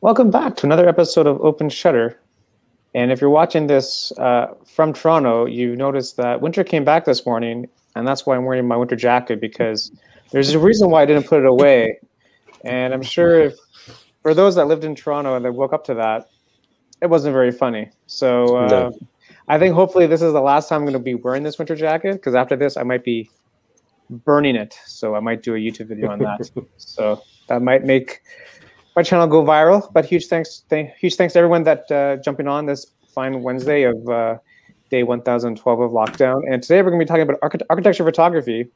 Welcome back to another episode of Open Shutter. And if you're watching this uh, from Toronto, you notice that winter came back this morning, and that's why I'm wearing my winter jacket because there's a reason why I didn't put it away. And I'm sure if, for those that lived in Toronto and that woke up to that, it wasn't very funny. So uh, No. I think hopefully this is the last time I'm going to be wearing this winter jacket because after this I might be burning it. So I might do a YouTube video on that. so that might make my channel go viral. But huge thanks, thank, huge thanks to everyone that uh, jumping on this fine Wednesday of uh, day 1012 of lockdown. And today we're going to be talking about archi- architecture photography.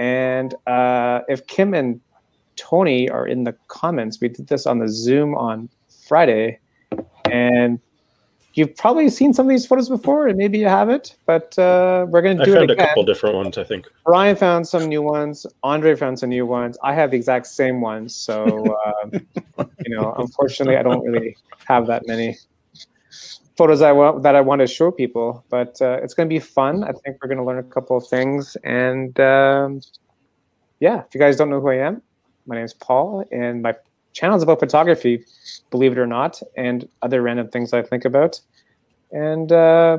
And uh, if Kim and Tony are in the comments, we did this on the Zoom on Friday, and you've probably seen some of these photos before, and maybe you haven't. But uh, we're going to I do it found a again. couple different ones, I think. Brian found some new ones. Andre found some new ones. I have the exact same ones. So, uh, you know, unfortunately, I don't really have that many photos I want that I want to show people. But uh, it's going to be fun. I think we're going to learn a couple of things. And um, yeah, if you guys don't know who I am, my name is Paul, and my channel is about photography, believe it or not, and other random things I think about. And uh,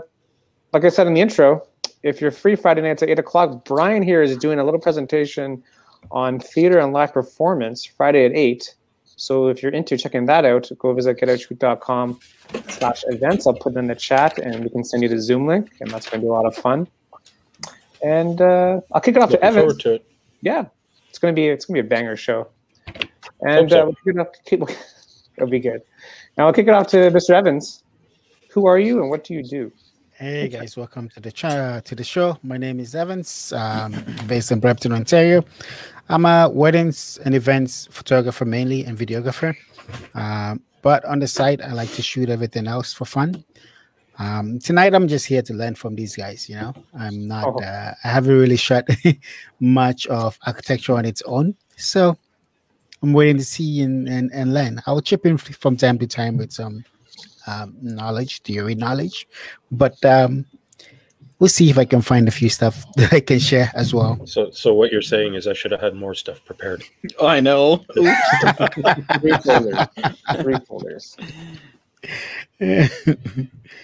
like I said in the intro, if you're free Friday nights at eight o'clock, Brian here is doing a little presentation on theater and live performance Friday at eight. So if you're into checking that out, go visit getoutshoot.com slash events. I'll put it in the chat and we can send you the Zoom link and that's gonna be a lot of fun. And uh, I'll kick it off Looking to Evan forward to it. yeah, it's gonna be it's gonna be a banger show, and Hope so. uh, we're gonna keep, it'll be good. Now I'll kick it off to Mr. Evans. Who are you and what do you do? Hey guys, welcome to the cha- to the show. My name is Evans, um, based in Brampton, Ontario. I'm a weddings and events photographer mainly and videographer, um, but on the side I like to shoot everything else for fun. Um, tonight I'm just here to learn from these guys. You know, I'm not. Oh. Uh, I haven't really shot much of architecture on its own, so I'm waiting to see and and, and learn. I'll chip in f- from time to time with some um, knowledge, theory knowledge, but um, we'll see if I can find a few stuff that I can share as well. So, so what you're saying is I should have had more stuff prepared. I know. Three folders. Three folders.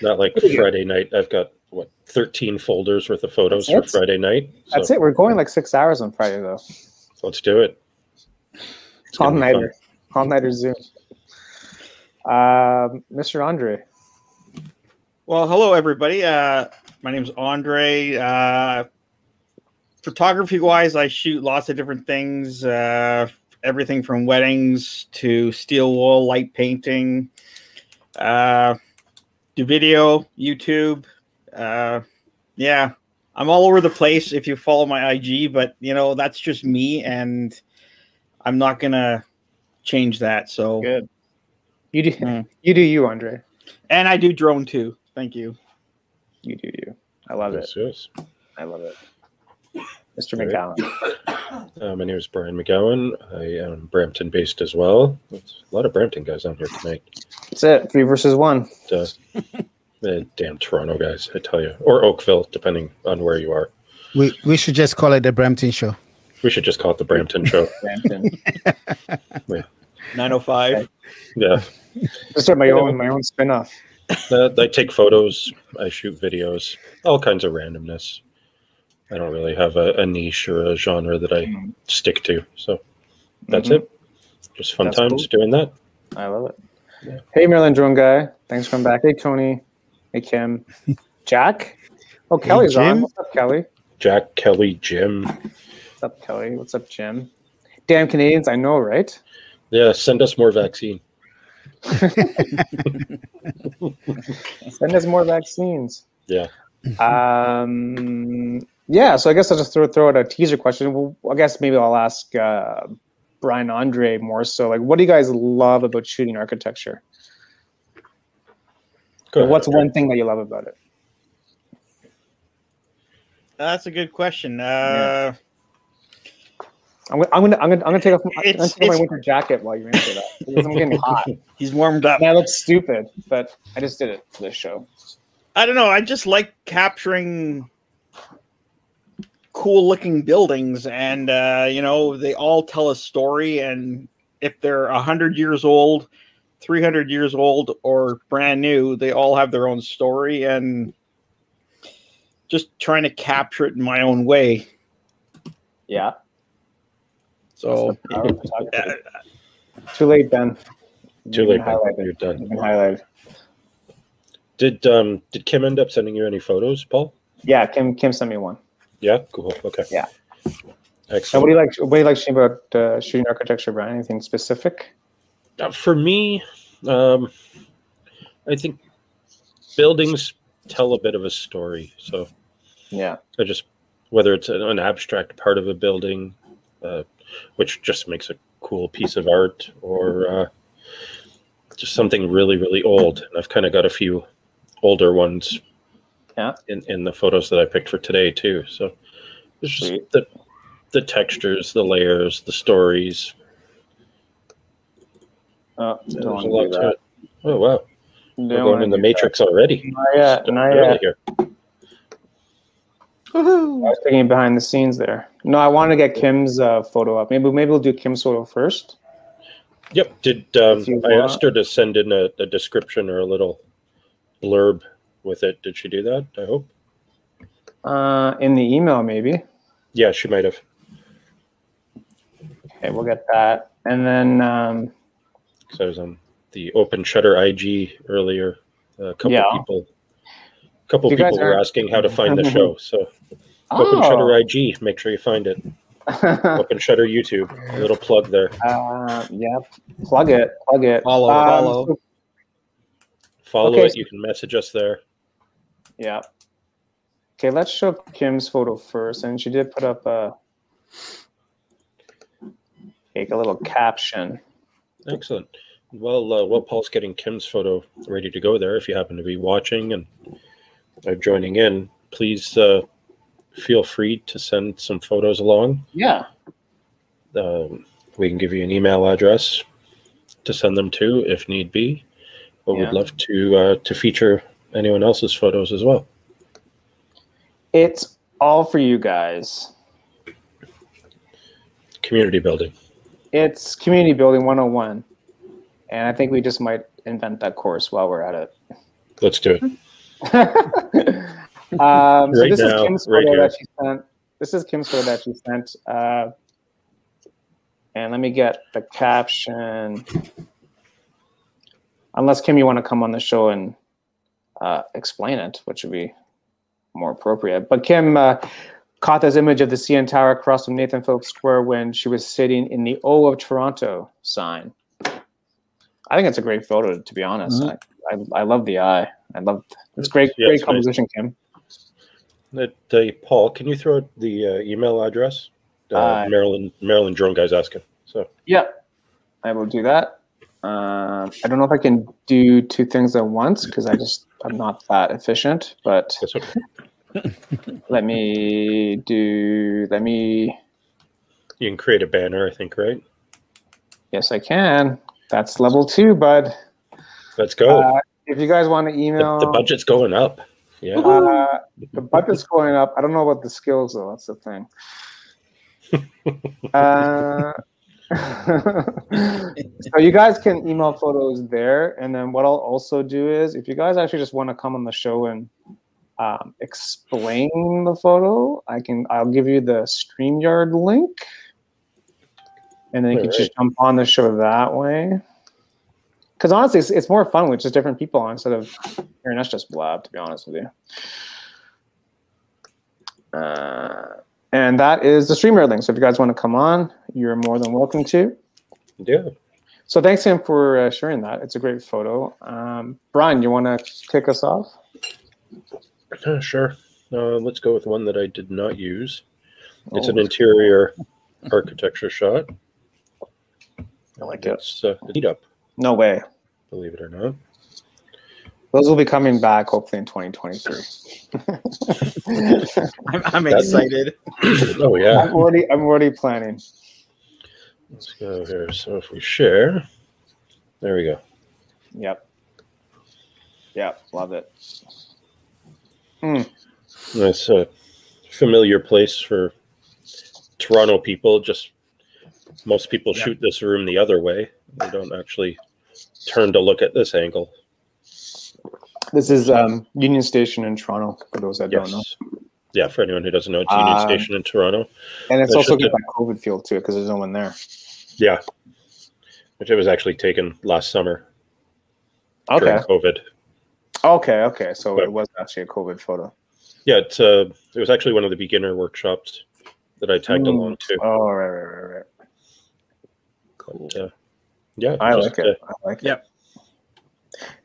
Not like Friday night. I've got what 13 folders worth of photos for That's it. Friday night. So That's it. We're going like six hours on Friday though. Let's do it. It's All gonna be nighter. All nighter Zoom. Um, Mr. Andre. Well, hello everybody. Uh, my name's Andre. Uh, photography wise, I shoot lots of different things. Uh, everything from weddings to steel wool, light painting, uh, do video, YouTube. Uh, yeah, I'm all over the place. If you follow my IG, but you know that's just me, and I'm not gonna change that. So, Good. You do Mm. you do you, Andre. and I do drone too. Thank you. You do you. I love fun. it. Yes, yes. I love it. Mr. All right. McGowan. Uh, my name is Brian McGowan. I am Brampton based as well. There's a lot of Brampton guys on here tonight. That's it. Three versus one. Uh, the damn Toronto guys, I tell you, or Oakville, depending on where you are. We we should just call it the Brampton Show. We should just call it the Brampton Show. Brampton. 905. Yeah. Just start my own my own spin-off. Uh, I take photos, I shoot videos, all kinds of randomness. I don't really have a, a niche or a genre that I Mhm. stick to. So that's Mhm. it. Just fun That's times doing that. I love it. Yeah. Hey, Maryland Drone Guy. Thanks for coming back. Hey, Tony. Hey, Kim. Jack. Oh, Hey, Kelly's on. Jim. What's up, Kelly? Jack, Kelly, Jim. What's up, Kelly? What's up, Jim? Damn Canadians, I know, right? Yeah, send us more vaccine. Send us more vaccines. Yeah. Um, yeah, so I guess I'll just throw, throw out a teaser question. Well, I guess maybe I'll ask uh, Brian Andre more so. Like, what do you guys love about shooting architecture? Go What's ahead. one thing that you love about it? That's a good question. Uh, Yeah. I'm, gonna- I'm gonna, I'm gonna, I'm gonna take off my, I'm gonna It's- take off my it's- winter jacket while you answer that because I'm getting hot. He's warmed up. And I look stupid, but I just did it for this show. I don't know. I just like capturing cool looking buildings, and uh, you know, they all tell a story. And if they're a hundred years old, 300 years old or brand new, they all have their own story and just trying to capture it in my own way. Yeah. So That's the power of photography. Too late, Ben. Too You've late. been man. highlighted. You're done. You've been highlighted. Did um did Kim end up sending you any photos, Paul? Yeah, Kim. Kim sent me one. Yeah. Cool. Okay. Yeah. And what do Excellent. you like? What do you like shooting about uh, shooting architecture, Brian? Anything specific? Uh, For me, um, I think buildings tell a bit of a story. So Yeah. I just whether it's an, an abstract part of a building, uh, which just makes a cool piece of art, or uh, just something really really old. And I've kind of got a few older ones. Yeah. In in the photos that I picked for today too. So it's just Sweet. the the textures, the layers, the stories. Oh, There's don't wanna a lot do to that. it. Oh wow, Don't we're going wanna in the do matrix already. that. Not yet. Still Not early yet. here. I was thinking behind the scenes there. No, I want to get Kim's uh, photo up. Maybe maybe we'll do Kim's photo first. Yep. Did um, If you I want. asked her to send in a, a description or a little blurb with it? Did she do that? I hope. Uh, in the email, maybe. Yeah, she might have. Okay, we'll get that. And then, um, 'cause I was on um, the Open Shutter IG earlier. A couple Yeah. people, couple You guys people were aren't- Oh. asking how to find the show. So Open Shutter IG, make sure you find it. uh, Open Shutter YouTube, a little plug there. yeah, plug it, plug it. Follow, Um, follow. so- Follow Okay. it. You can message us there. yeah. Okay, let's show Kim's photo first, and she did put up a like a little caption. Excellent. Well, uh, while Paul's getting Kim's photo ready to go there, if you happen to be watching and are joining in, please uh, feel free to send some photos along. Yeah. Um, we can give you an email address to send them to if need be, but Yeah. we'd love to uh, to feature anyone else's photos as well. It's all for you guys. Community building. It's community building 101. And I think we just might invent that course while we're at it. Let's do it. um, so Right this now, is Kim's right photo here. that she sent. This is Kim's photo that she sent. Uh, and let me get the caption. Unless Kim, you want to come on the show and uh, explain it, which would be more appropriate. But Kim uh, caught this image of the CN Tower across from Nathan Phillips Square when she was sitting in the O of Toronto sign. I think it's a great photo, to be honest. I, I, I love the eye. I love it's great, Mm-hmm. Yeah, great it's nice. composition, Kim. That, uh, Paul, can you throw out the uh, email address? Uh, Uh, Maryland Maryland drone guy's asking. So Yeah, I will do that. Um, I don't know if I can do two things at once because I just I'm not that efficient. But that's okay. let me do. Let me. You can create a banner, I think, right? Yes, I can. That's level two, bud. Let's go. Uh, If you guys want to Oh. the, email, the budget's going up. Yeah. Uh, the budget's going up. I don't know about the skills though. That's the thing. uh, so you guys can email photos there, and then what I'll also do is, if you guys actually just want to come on the show and um, explain the photo, I can. I'll give you the Streamyard link, and then you can Alright. just jump on the show that way. Because honestly, it's, it's more fun with just different people on instead of hearing us just blab. To be honest with you. Uh, and that is the StreamYard link. So if you guys want to come on, you're more than welcome to. Yeah. So thanks, Sam, for uh, sharing that. It's a great photo. Um, Brian, you want to kick us off? Uh, sure. Uh, let's go with one that I did not use. It's Oh. an interior architecture shot. I like it. It's uh, a heat up, No way. believe it or not. Those will be coming back hopefully in 2023. I'm, I'm That's- excited. oh, yeah. I'm already, I'm already planning. Let's go here. So if we share, there we go. Yep. Yep. Love it. That's a uh, familiar place for Toronto people. Just most people Yeah. shoot this room the other way. They don't actually turn to look at this angle. This is um, Union Station in Toronto, for those that don't know. Yes. Yeah, for anyone who doesn't know, it's Union Um, Station in Toronto. And it's That also should got be- that COVID feel to it because there's no one there. Yeah. Which it was actually taken last summer Okay. during COVID. Okay. Okay. So But- it was actually a COVID photo. Yeah, it's, uh, it was actually one of the beginner workshops that I tagged Hmm. along to. Oh, right, right, right, right. Cool. Yeah. Yeah. I just, uh, like it. I like it. Yep.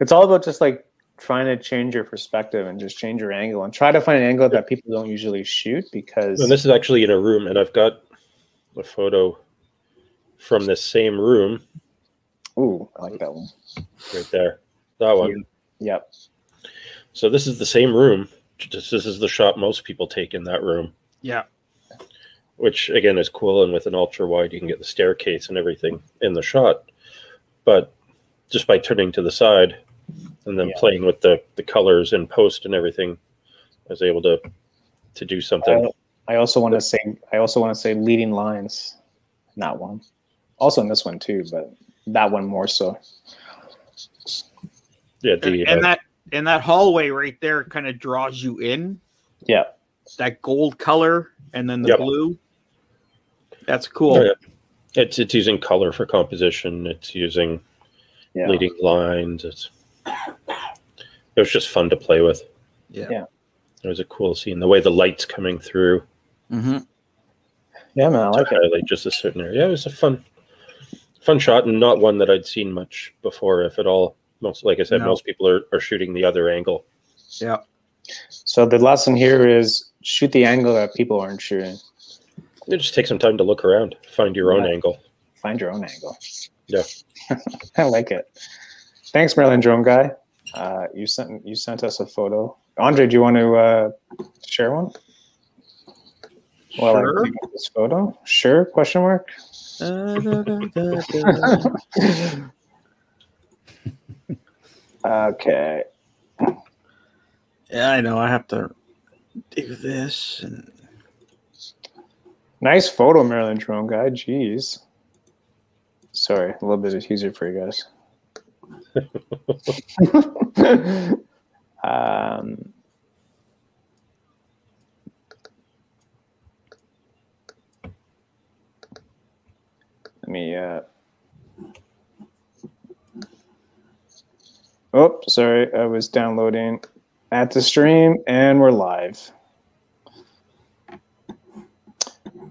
It's all about just like trying to change your perspective and just change your angle and try to find an angle that people don't usually shoot because And this is actually in a room, and I've got a photo from this same room ooh, I like that one. right there. That one. Yep. So this is the same room. Just this is the shot most people take in that room, Yeah. which again is cool. And with an ultra wide, you can get the staircase and everything in the shot. But just by turning to the side and then Yeah. playing with the the colors and post and everything, I was able to to do something. Oh. I also want to say I also want to say leading lines, in that one. Also in this one too, but that one more so. yeah, And, the, uh, and that and that hallway right there kind of draws you in. Yeah. That gold color and then the Yep. Oh, blue. That's cool. Yeah. It's it's using color for composition. It's using Yeah. leading lines. It's it was just fun to play with. Yeah. Yeah. It was a cool scene. The way the light's coming through Mm-hmm. Yeah, man, I like to it. highlight just a certain area. Yeah, it was a fun fun shot and not one that I'd seen much before, if at all. Most like I said, No. most people are, are shooting the other angle. Yeah. So the lesson here is shoot the angle that people aren't shooting. It just takes some time to look around, find your own Yeah. angle. Find your own angle. Yeah. I like it. Thanks, Maryland Drone Guy. Uh, you sent you sent us a photo. Andre, do you want to uh, share one? I sure. dig up this photo. Sure? Question mark. Da, da, da, da, da. Okay. yeah, I know. I have to do this and Nice photo, Maryland Drone Guy. Jeez. Sorry, a little bit of teaser for you guys. um, let me. Uh... Oh, sorry, I was downloading at the stream, and we're live.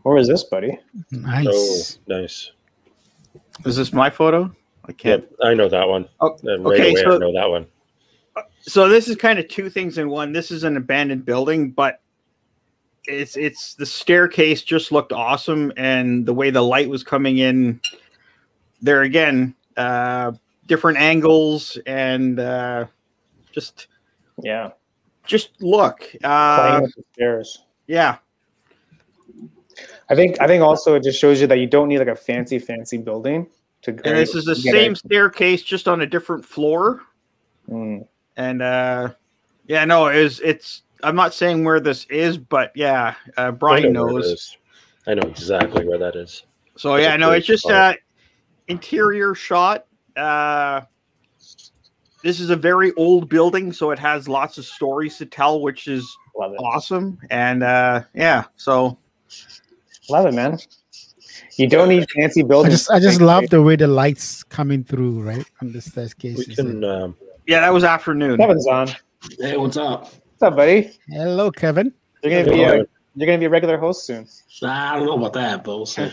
Where is this, buddy? Nice. Oh, nice. is this my photo? I can't. Yep, I know that one. Oh, Uh, right okay, away, so- I know that one. so this is kind of two things in one this is an abandoned building but it's it's the staircase just looked awesome and the way the light was coming in there again uh different angles and uh just Yeah, just look playing uh with the stairs. yeah I think I think also it just shows you that you don't need like a fancy fancy building to. Grade. and this is the get same it. staircase just on a different floor Mm. and uh yeah no it's it's i'm not saying where this is but yeah uh I brian know where it knows is. I know exactly where that is. So That's yeah, a no, great it's just uh spot. interior shot. Uh this is a very old building, so it has lots of stories to tell, which is Love it, awesome. And uh yeah, so love it, man. You don't need fancy I buildings. just I just to love grade. the way the lights coming through right on the staircase. We It's like, can um, yeah, that was afternoon. Kevin's on. Hey, what's up? What's up, buddy? Hello, Kevin. You're gonna be a, you're gonna be a regular host soon. Nah, I don't know about that, but we'll see.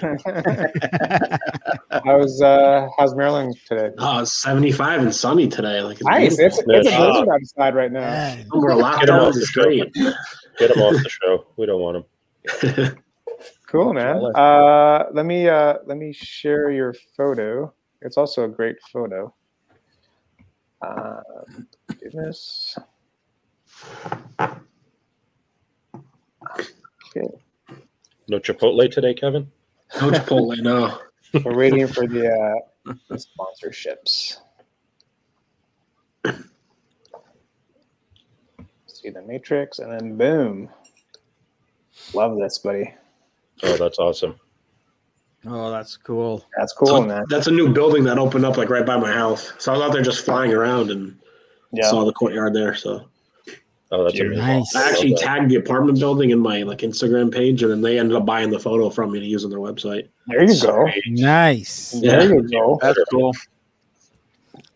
how's uh how's Maryland today? Oh, it's 75 and sunny today. Like it's Nice. It's, beautiful. it's a Yeah. blizzard outside right now. Man. We're locked Get 'em down. off It's the great. get him off the show. We don't want him. Cool, man. Jealous. Uh, let me uh let me share your photo. It's also a great photo. Uh, goodness. No Chipotle today, Kevin. No Chipotle, no. We're waiting for the uh, the sponsorships. See the matrix, and then boom. Love this, buddy. Oh, that's awesome. Oh, that's cool. That's cool, So man. That's a new building that opened up like right by my house. So I was out there just flying around and Yeah. saw the courtyard there. So Oh, that's Dude, amazing. nice. I actually Love that. tagged the apartment building in my like Instagram page, and then they ended up buying the photo from me to use on their website. there you go. Nice. Yeah. There you go. That's cool.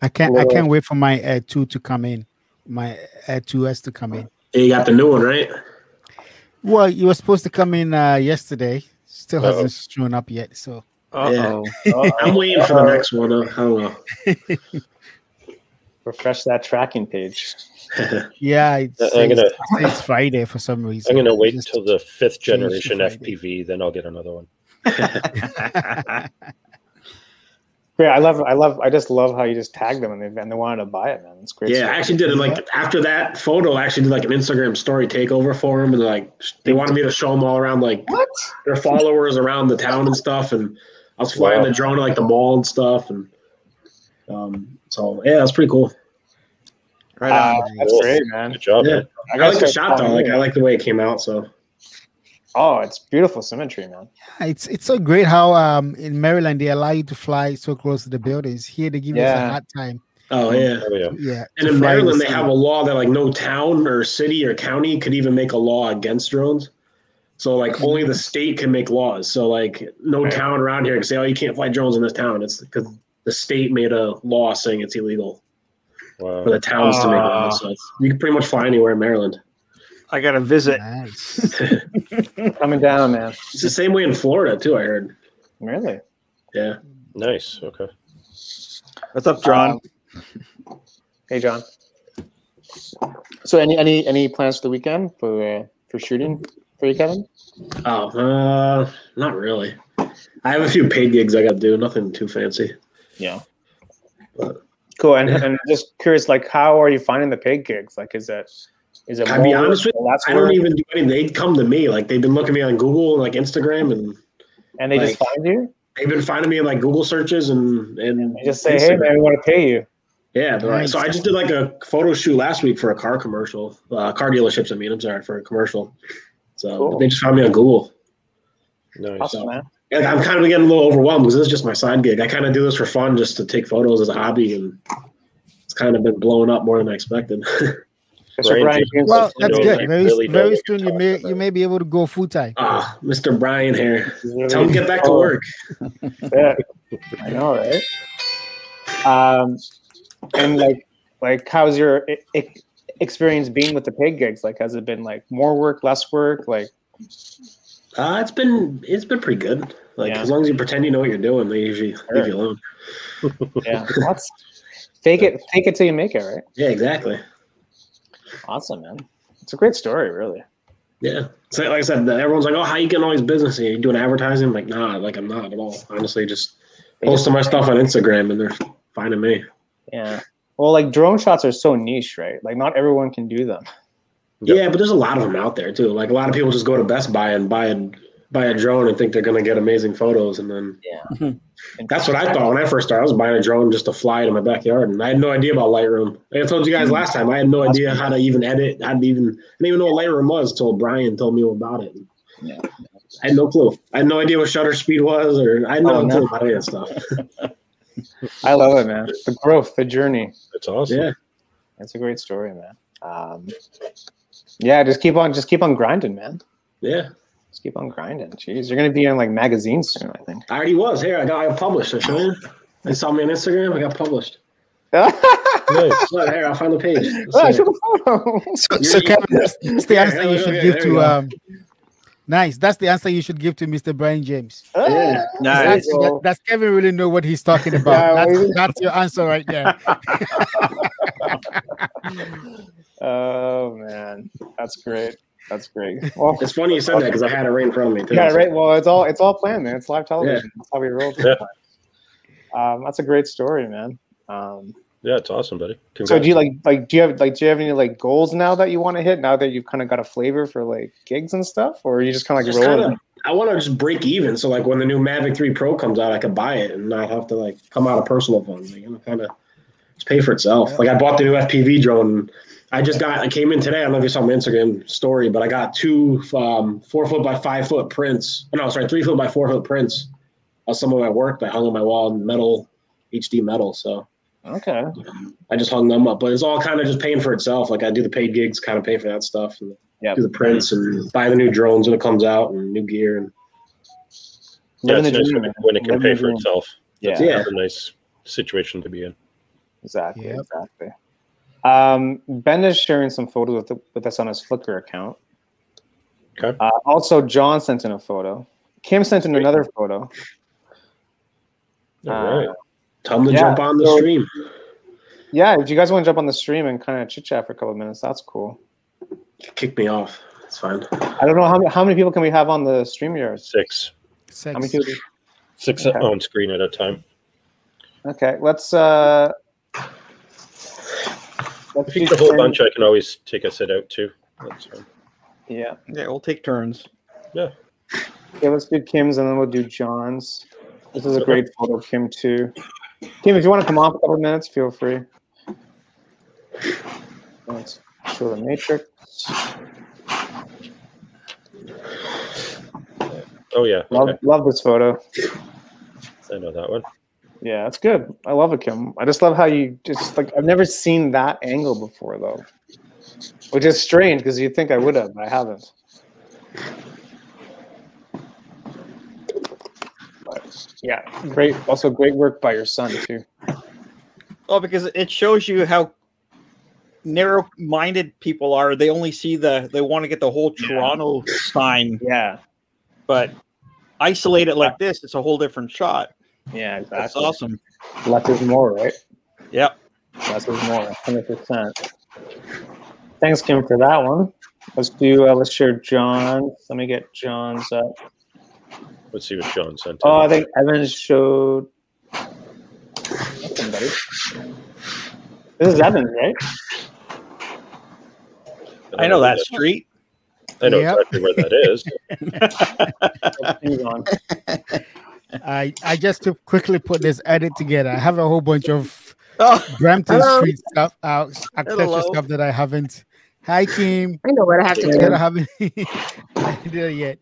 I can't. I Well- can't wait for my Air Two to come in. My Air 2s to come in. And you got the new one, right? Well, you were supposed to come in uh, yesterday. Still Uh-oh. hasn't shown up yet. So Uh oh. I'm Uh-oh. waiting for the next one. uh, I don't know. Refresh that tracking page. yeah, it's, Uh, I'm gonna- it's Friday for some reason. I'm going to wait Just- until the fifth change to generation Friday. FPV, then I'll get another one. Great. I love. I love. I just love how you just tagged them and they and they wanted to buy it, man. It's great. Yeah, I stuff. actually did it like after that photo. I actually did like an Instagram story takeover for them, and like they wanted me to show them all around like What? their followers around the town and stuff. And I was flying Wow. the drone to like the mall and stuff, and um, so yeah, that's pretty cool. Right Uh, on. that's Cool. great, man. Good job, Yeah. man. I like gotta the shot start though. following Like you. I like the way it came out. So oh, it's beautiful symmetry, man. It's it's so great how um in Maryland they allow you to fly so close to the buildings. Here they give us a Yeah. hard time. oh yeah. Oh, yeah. Yeah. And to fly in the Maryland, they same. have a law that like no town or city or county could even make a law against drones. So like only the state can make laws. So like no Right. town around here can say, "Oh, you can't fly drones in this town." It's because the state made a law saying it's illegal Wow. for the towns to make laws. So it's, you can pretty much fly anywhere in Maryland. I got to visit. Nice. Coming down, man. It's the same way in Florida too. I heard. Really. Yeah. Nice. Okay. What's up, uh, John? Um, hey, John. So, any any any plans for the weekend for uh, for shooting for you, Kevin? Oh, uh, not really. I have a few paid gigs I got to do. Nothing too fancy. Yeah. Cool. And Yeah. and just curious, like, how are you finding the paid gigs? Like, is it is it? I'll be honest with you. That's I don't even do anything. They come to me. Like they've been looking me on Google and like Instagram and. and they just like- find you. they've been finding me in like Google searches and and They just say, "Hey, man, we want to pay you." yeah. they're like- So I just did like a photo shoot last week for a car commercial, uh, car dealerships. I mean, I'm sorry for a commercial. So Cool. they just found me on Google. Nice. Awesome, man. And I'm kind of getting a little overwhelmed because this is just my side gig. I kind of do this for fun, just to take photos as a hobby, and it's kind of been blowing up more than I expected. Mr. Right. Brian James- Well, You that's know, good. like, Very really know very what you're soon you talking may about. you may be able to go full time. ah, Mr. Brian here. He's really- Tell him to get back to Oh, work. yeah. I know, right? Um, and like, like, how's your e- e- experience being with the paid gigs? Like, has it been like more work, less work? Like, Uh, it's been it's been pretty good. Like Yeah. as long as you pretend you know what you're doing, they usually leave you alone. yeah, that's fake it, fake it till you make it, right? Yeah, exactly. Awesome, man. It's a great story, really. Yeah. So like I said, everyone's like, "Oh, how you getting all these business? Are you doing advertising?" I'm like, nah, like I'm not at all. Honestly, just They just- posting my stuff on Instagram, and they're finding me. yeah. Well, like drone shots are so niche, right? Like, not everyone can do them. Yep. Yeah, but there's a lot of them out there too. Like a lot of people just go to Best Buy and buy a buy a drone and think they're gonna get amazing photos, and then And that's what I thought when I first started. I was buying a drone just to fly it in my backyard, and I had no idea about Lightroom. Like I told you guys last time, I had no Hmm. That's idea how to even edit. I didn't even I didn't even know what Lightroom was until Brian told me about it. Yeah. I had no clue. I had no idea what shutter speed was, or I had Oh, no no. clue about any of that stuff. I love it, man. The growth, the journey. That's awesome. Yeah. It's a great story, man. Um, yeah, just keep on, just keep on grinding, man. Yeah, Just keep on grinding. Jeez, you're gonna be in like magazines soon, I think. I already was. Here, I got, I got published. I showed you. They saw me on Instagram. I got published. Nice. Look, here, I'll find the page. Let's Oh, I see. should've thought. So, You're- so you're- Kevin, that's, that's the Yeah, answer yeah, you should okay, give there to we go. um nice. That's the answer you should give to Mr. Brian James. Yeah. There you Nice. That's, that, go. does Kevin really know what he's talking Yeah, about? well, that's, that's your answer right there. Oh man, that's great. That's great. Well, It's funny you said that because I had it right in front of me. Too. yeah, right. Well, it's all it's all planned, man. It's live television. That's how we roll. Yeah. Um, that's a great story, man. Um, Yeah, it's awesome, buddy. so Congrats. do you like like do you have like do you have any like goals now that you want to hit now that you've kind of got a flavor for like gigs and stuff, or are you just kind of like Just rolling? kinda- I want to just break even, so like when the new Mavic Three Pro comes out, I can buy it and not have to like come out of personal funds. Like, I'm kind of just pay for itself. Like I bought the new FPV drone. And I just got. I came in today. I don't know if you saw my Instagram story, but I oh, got two um, four foot by five foot prints. No, sorry, three foot by four foot prints uh, someone at work that hung on my wall in metal, HD metal. So Okay. I just hung them up. But it's all kind of just paying for itself. Like I do the paid gigs, kind of pay for that stuff, and Yep. do the prints and buy the new drones when it comes out and new gear. And Yeah, Living it's the nice dream, when man. it- when it can Living pay the for dream. itself. That's Yeah. Yeah. another nice situation to be in. Exactly. Yep. Exactly. Um, ben is sharing some photos with, with us on his Flickr account. Okay. Uh, also, John sent in a photo. Kim sent in another photo. All Uh, right. tell them to Yeah. jump on the So- stream. Yeah, if you guys want to jump on the stream and kind of chit chat for a couple of minutes, that's cool. Kick me off. It's fine. I don't know how many, how many people can we have on the stream yards. Six. How many Sex. people? Six Okay. on screen at a time. Okay, let's. uh let's If you do get a whole turn- bunch, I can always take a sit out too. That's fine. Yeah. Yeah, we'll take turns. Yeah, let's do Kim's and then we'll do John's. This is a great photo, of Kim too. Kim, if you want to come off a couple of minutes, feel free. Let's show the matrix. Oh yeah. Love, Okay. love this photo. I know that one. Yeah, that's good. I love it, Kim. I just love how you just like I've never seen that angle before though. Which is strange because you'd think I would have, but I haven't. But, yeah, great. Also, great work by your son too. Well, because it shows you how narrow-minded people are. They only see the they want to get the whole Toronto sign, Yeah, but isolate it like this, it's a whole different shot. yeah, That's awesome. Less is more, right? Yep. Less is more, hundred percent. Thanks, Kim, for that one. Let's do. Uh, let's share John. Let me get John's up. Let's see what John sent. Oh, I in. think Evan showed. Somebody. This is Evan, right? I know that street. I know Yep. exactly where that is. He's on. I, I just to quickly put this edit together. I have a whole bunch of Oh, Brampton Hello. Street stuff, uh, architecture Hello. stuff that I haven't. Hi, Kim. I know what I have to That I do. haven't did it yet.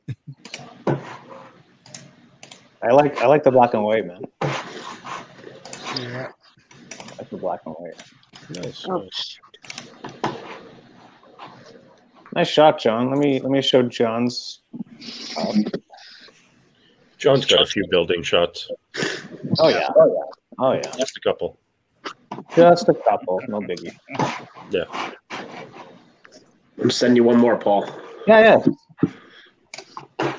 I like I like the black and white man. Yeah. I like the black and white. Nice. Oh, nice. Nice shot, John. Let me let me show John's. John's got a few building shots. Oh yeah. Oh yeah. Oh yeah. Just a couple. Just a couple. No biggie. I'm sending you one more, Paul. Yeah, yeah.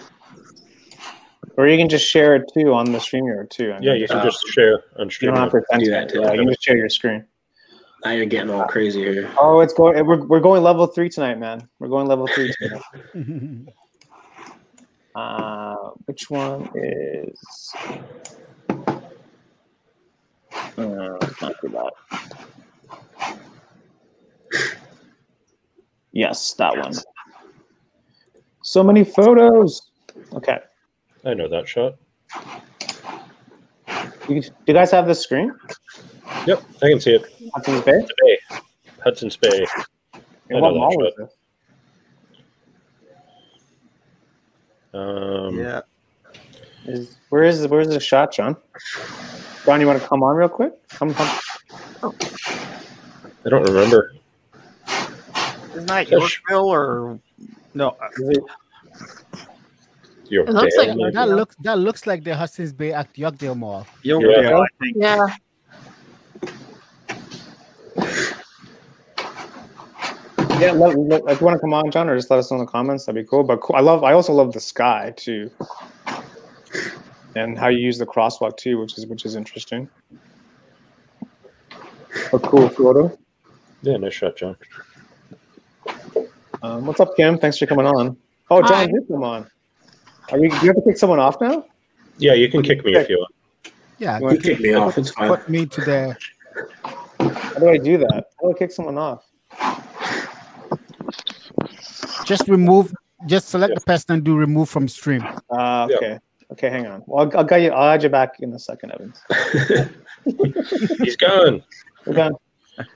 Or you can just share it too on the StreamYard too. and Yeah, you can Uh, just share on You stream. don't have to send Do that. that, too. Yeah, you can just share your screen. Now you're getting all crazy here. Oh, it's going. We're, we're going level three tonight, man. We're going level three tonight. Uh, which one is? Uh, it's not too bad. Yes, that one. So many photos. Okay, I know that shot. you, do you guys have this screen? Yep, I can see it. Hudson's Bay? Bay. Hudson's Bay. I And what know that mall shot. was it? Um, yeah. Is, where is where's the shot, John? John, you want to come on real quick? Come, come. I don't remember. Isn't that Fish. Yorkville or no? uh, You're It looks dead. like man. that looks that looks like the Hudson's Bay at Yorkdale Mall. Yorkville, Yeah. I think. Yeah, Yeah, let, let, if you want to come on, John, or just let us know in the comments, that'd be cool. But cool, I love, I also love the sky too, and how you use the crosswalk too, which is which is interesting. A cool photo. Yeah, nice shot, John. Um, what's up, Kim? Thanks for coming on. Oh, John, Hi. did come on. Are we? Do you have to kick someone off now? Yeah, you can kick me if you want. Yeah. Well, You kick me off. It's fine. Put me to the How do I do that? How do I kick someone off? just remove just select the person and do remove from stream. Uh, Yeah. okay. Okay, hang on. Well, I'll, I'll get you. I'll add you back in a second, Evans. He's gone. We're done.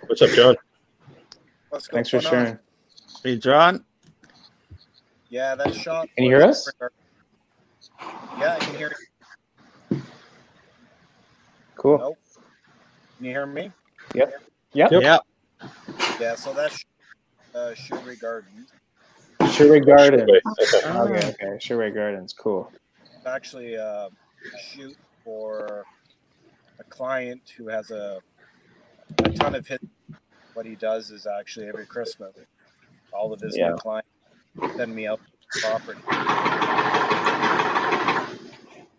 What's up, John? What's going Thanks for on? sharing. Hey, John. Yeah, that shot. Can you hear was- us? Yeah, I can hear you. Cool. Nope. Can you hear me? Yep. Yep. Yeah, so that's uh, Sherry Gardens. Sherwood Gardens. Anyway, Okay, okay. Sherwood Gardens. Cool. Actually, uh, shoot for a client who has a, a ton of hits. What he does is actually every Christmas, all of his Yeah. new clients send me out the property.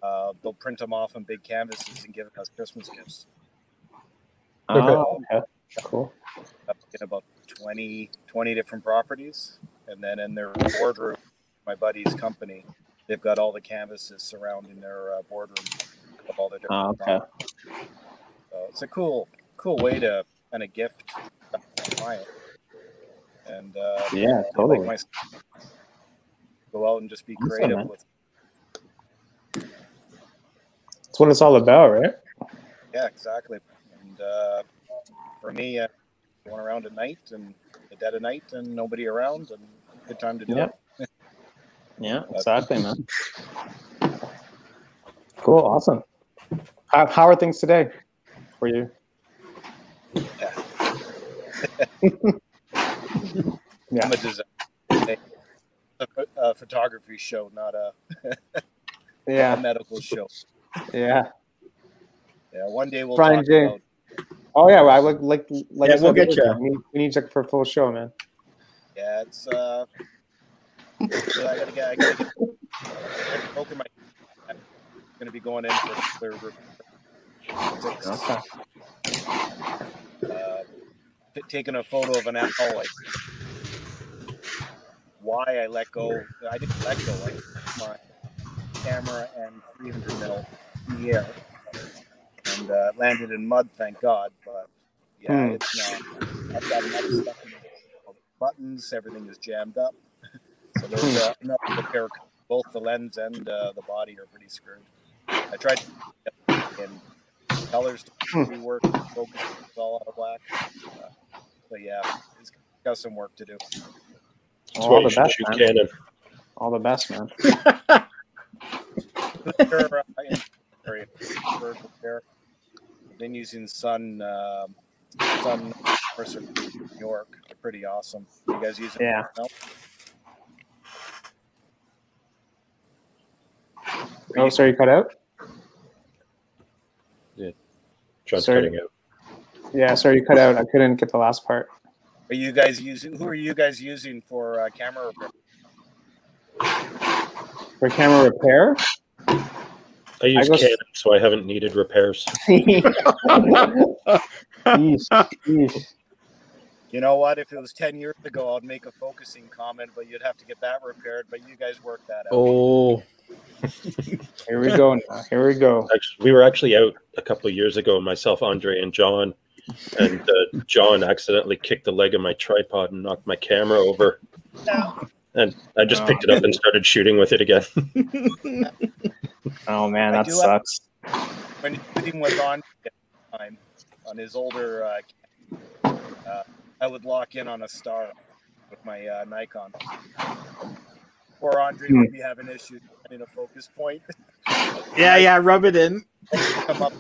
Uh, they'll print them off on big canvases and give us Christmas gifts. Oh, okay. Cool. up in about 20, 20 different properties. And then in their boardroom, my buddy's company, they've got all the canvases surrounding their uh, boardroom of all the different Oh, okay. properties. So it's a cool, cool way to kind of gift a client. And uh, Yeah, I like totally. my go out and just be Awesome, creative man. with That's what it's all about, right? yeah exactly and uh, for me uh, going around at night and the dead of night and nobody around and good time to do Yeah. it Yeah, exactly, man. Cool. Awesome. How, how are things today for you? Yeah. I'm a designer. A, ph- a photography show, not a, a Yeah. medical show. Yeah. Yeah, one day we'll Brian talk J. about. Oh yeah, well, I look like like Yeah, I said, we'll get ya. We need, we need you for a full show, man. Yeah, it's uh, I gotta get, I gotta get, I've broken my. I'm gonna be going in for a clear group. Okay. Uh, t- taking a photo of an owl. Like, why I let go? I didn't let go. I my camera and 300 mil in the air, and uh, landed in mud. Thank God, but yeah, Hmm. it's not. I've got another stuff in the buttons. Everything is jammed up. So there's uh, another repair. Both the lens and uh, the body are pretty screwed. I tried to and colors Hmm. to rework, focus is all out of whack. Uh, but yeah, he's got some work to do. That's why All you the should best, shoot man. Canon. All the best, man. Sure, uh, I am very prepared to prepare. I've been using Sun um, Sun Mercer in New York. They're pretty awesome. You guys use it? Yeah. No? Oh, sorry, you cut out. John's Sorry. cutting out. Yeah, sorry, you cut out. I couldn't get the last part. Are you guys using? Who are you guys using for uh, camera repair? For camera repair. I use go s- Canon, so I haven't needed repairs. Yeesh, yeesh. You know what? If it was ten years ago, I'd make a focusing comment, but you'd have to get that repaired. But you guys work that out. Oh, Here we go now. Here we go. Actually, we were actually out a couple of years ago, myself, Andre, and John. And uh, John accidentally kicked the leg of my tripod and knocked my camera over. Yeah. And I just picked it up and started shooting with it again. Oh man, I that do have- sucks. when shooting was on at the time on his older uh, uh, I would lock in on a star with my uh, Nikon. Or Andre Hmm. would be having issues in a focus point. yeah, yeah. Rub it in. Come up,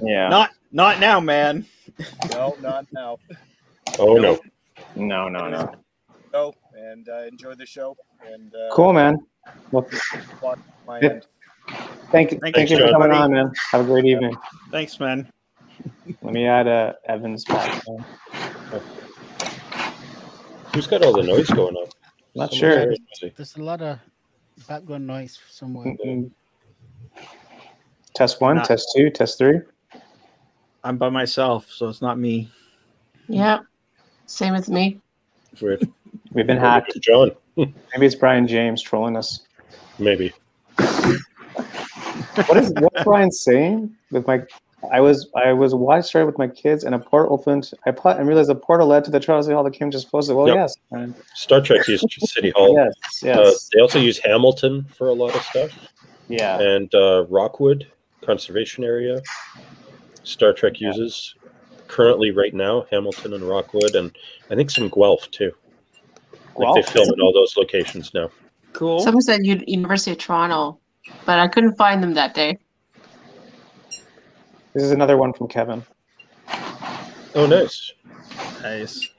Yeah. Not, not now, man. no, not now. Oh, no. No, no, no. Go and uh, enjoy the show. And uh, Cool, man. Well, block my Yeah. end. thank you. Thank Thank you you, for John. coming on, man. Have a great evening. Thanks, man. Let me add uh, Evan's back. man. Who's got all the noise going on? Not Someone's sure. very noisy. There's a lot of background noise somewhere. Mm-mm. Test one, Not- test two, test three. I'm by myself, so it's not me. Yeah. Same with me. Weird. We've been Maybe hacked. it's John, Maybe it's Brian James trolling us. maybe. What is what Brian's saying with my? I was I was watched right with my kids, and a portal opened. I put and realized the portal led to the Charles Lee Hall that Kim just posted. Well, Yep. yes, Brian. Star Trek used City Hall. yes, Uh, yes, they also use Hamilton for a lot of stuff. yeah. and uh, Rockwood Conservation Area. Star Trek Yeah. uses currently right now Hamilton and Rockwood, and I think some Guelph too. Like Guelph? they film in all those locations now. Cool. Someone said U- University of Toronto, but I couldn't find them that day. This is another one from Kevin. Oh, nice. Nice.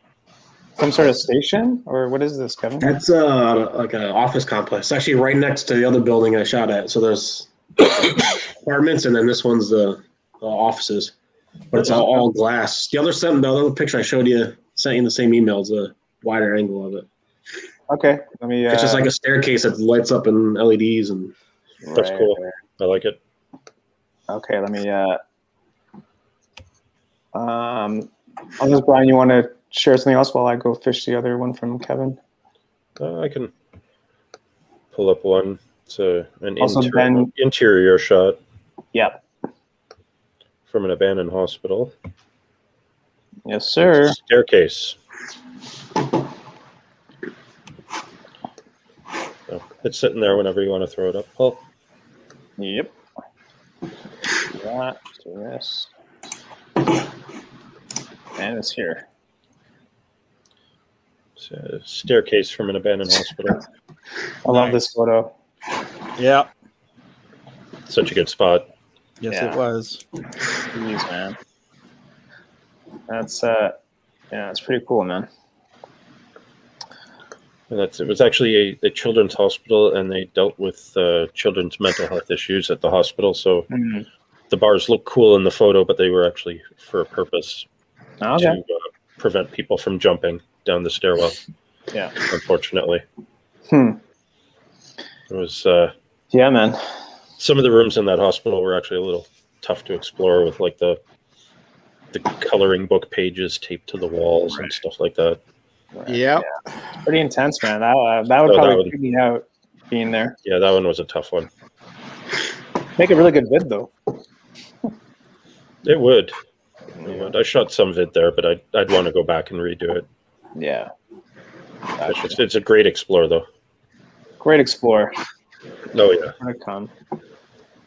Some sort of station, or what is this, Kevin? That's uh like an office complex. It's actually right next to the other building I shot at. So there's apartments, and then this one's the, the offices, but it's all, all glass. The other seven, the other picture I showed you, sent you in the same email, is a wider angle of it. Okay, let me. Uh, It's just like a staircase that lights up in LEDs, and That's right, cool. uh, right. I like it. Okay, let me. Uh, um, unless Brian, you want to share something else while I go fish the other one from Kevin. Uh, I can pull up one. It's a, an Also, interior, Ben- interior shot Yeah. from an abandoned hospital. Yes, sir. Staircase. Oh, it's sitting there whenever you want to throw it up, Oh, Paul. Yep. That, this. And it's here. It's a staircase from an abandoned hospital. I love this photo. Yeah. Such a good spot. Yes, Yeah. it was. Jeez, man. That's uh, yeah, it's pretty cool, man. And that's it was actually a, a children's hospital, and they dealt with uh, children's mental health issues at the hospital. So Mm-hmm. the bars look cool in the photo, but they were actually for a purpose to Okay. uh, prevent people from jumping down the stairwell. Yeah. unfortunately, Hmm. it was. Uh, Yeah, man. some of the rooms in that hospital were actually a little tough to explore with like the the coloring book pages taped to the walls and stuff like that. Yeah. Pretty intense, man. That uh, that would Oh, that probably would- freak me out being there. Yeah, that one was a tough one. Make a really good vid though. It would. It would. I shot some of it there, but I'd, I'd want to go back and redo it. Yeah. It's, just, it's a great explore, though. Great explorer. Oh, yeah. Where to come?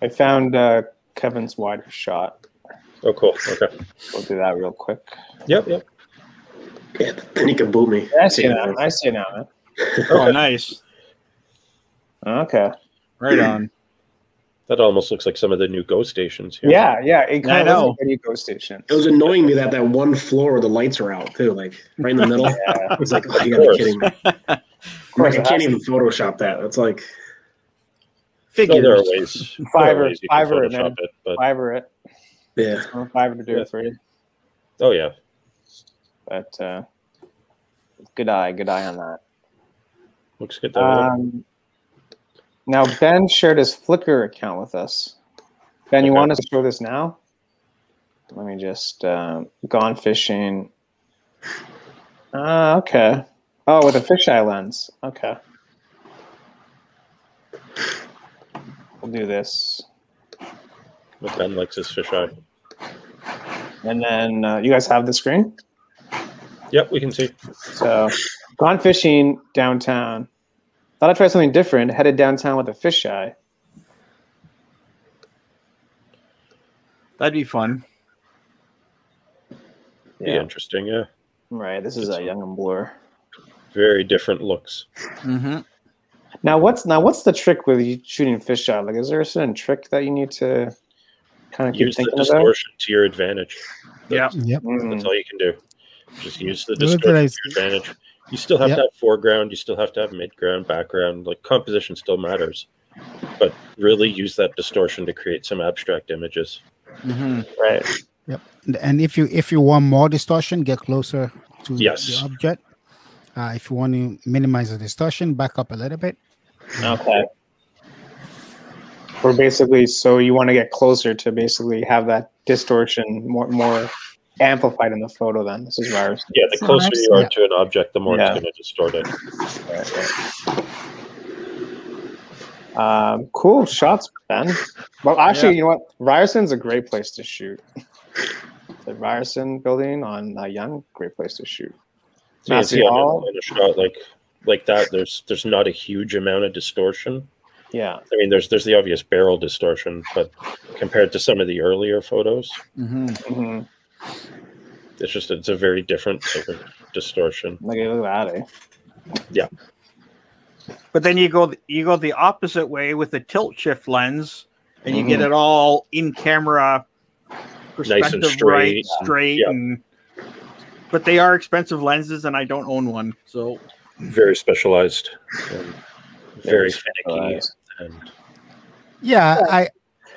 I found uh, Kevin's wider shot. Oh, cool. Okay. We'll do that real quick. Yep, yep. yeah, then you can boot me. I see you now. I see you now, man. Oh, nice. Okay. Right on. That almost looks like some of the new ghost stations here. Yeah, yeah. It I kind of know. looks like a go station. It was annoying me that that one floor where the lights are out too, like right in the middle. Yeah. It's like, oh, you gotta be kidding me. Like, I can't even Photoshop that. It's like, No, Figures. there are ways. there are Fiverr- ways you can Fiverr, man. Photoshop it, but, Fiverr it. yeah. I'm Fiverr to do it for you. oh, yeah. But uh, good eye, good eye on that. Looks good. That way. Um, now Ben shared his Flickr account with us. Ben, you Okay. want us to show this now? Let me just um, gone fishing. Ah, okay. Oh, with a fisheye lens. Okay. We'll do this, But Ben likes his fisheye. and then uh, you guys have the screen. Yep, we can see. So, gone fishing downtown. Thought I'd try something different. Headed downtown with a fisheye. That'd be fun. Yeah. Be interesting. Yeah. Right. This is a young and blur. Very different looks. Mm-hmm. Now what's now what's the trick with you shooting fish out? Like, is there a certain trick that you need to kind of keep use the thinking about? distortion to your advantage. Yeah. Yep. That's Mm, all you can do. Just use the Look distortion at that. to your advantage. You still have Yep. to have foreground. You still have to have midground, background. Like composition still matters, but really use that distortion to create some abstract images. Mm-hmm. right. And if you if you want more distortion, get closer to Yes. the object. Uh, if you want to minimize the distortion, back up a little bit. Okay. Or basically, so you want to get closer to basically have that distortion more more amplified in the photo. Then this is ours. Yeah, the So closer nice. you are Yeah. to an object, the more Yeah. it's going to distort it. Um, cool shots, Ben. Well, actually, you know what? Ryerson's a great place to shoot. The Ryerson building on uh, Young, great place to shoot. So you can see Massey on a- Hall. on a shot like like that, there's there's not a huge amount of distortion. Yeah. I mean, there's there's the obvious barrel distortion, but compared to some of the earlier photos, Mm-hmm. hmm it's just it's a very different type of distortion. Like look at that. Eh? But then you go you go the opposite way with the tilt shift lens, and you get it all in camera Nice and perspective right, straight. straight, Yeah. and but they are expensive lenses, and I don't own one, so Very specialized, and Very very finicky, specialized. and Yeah, I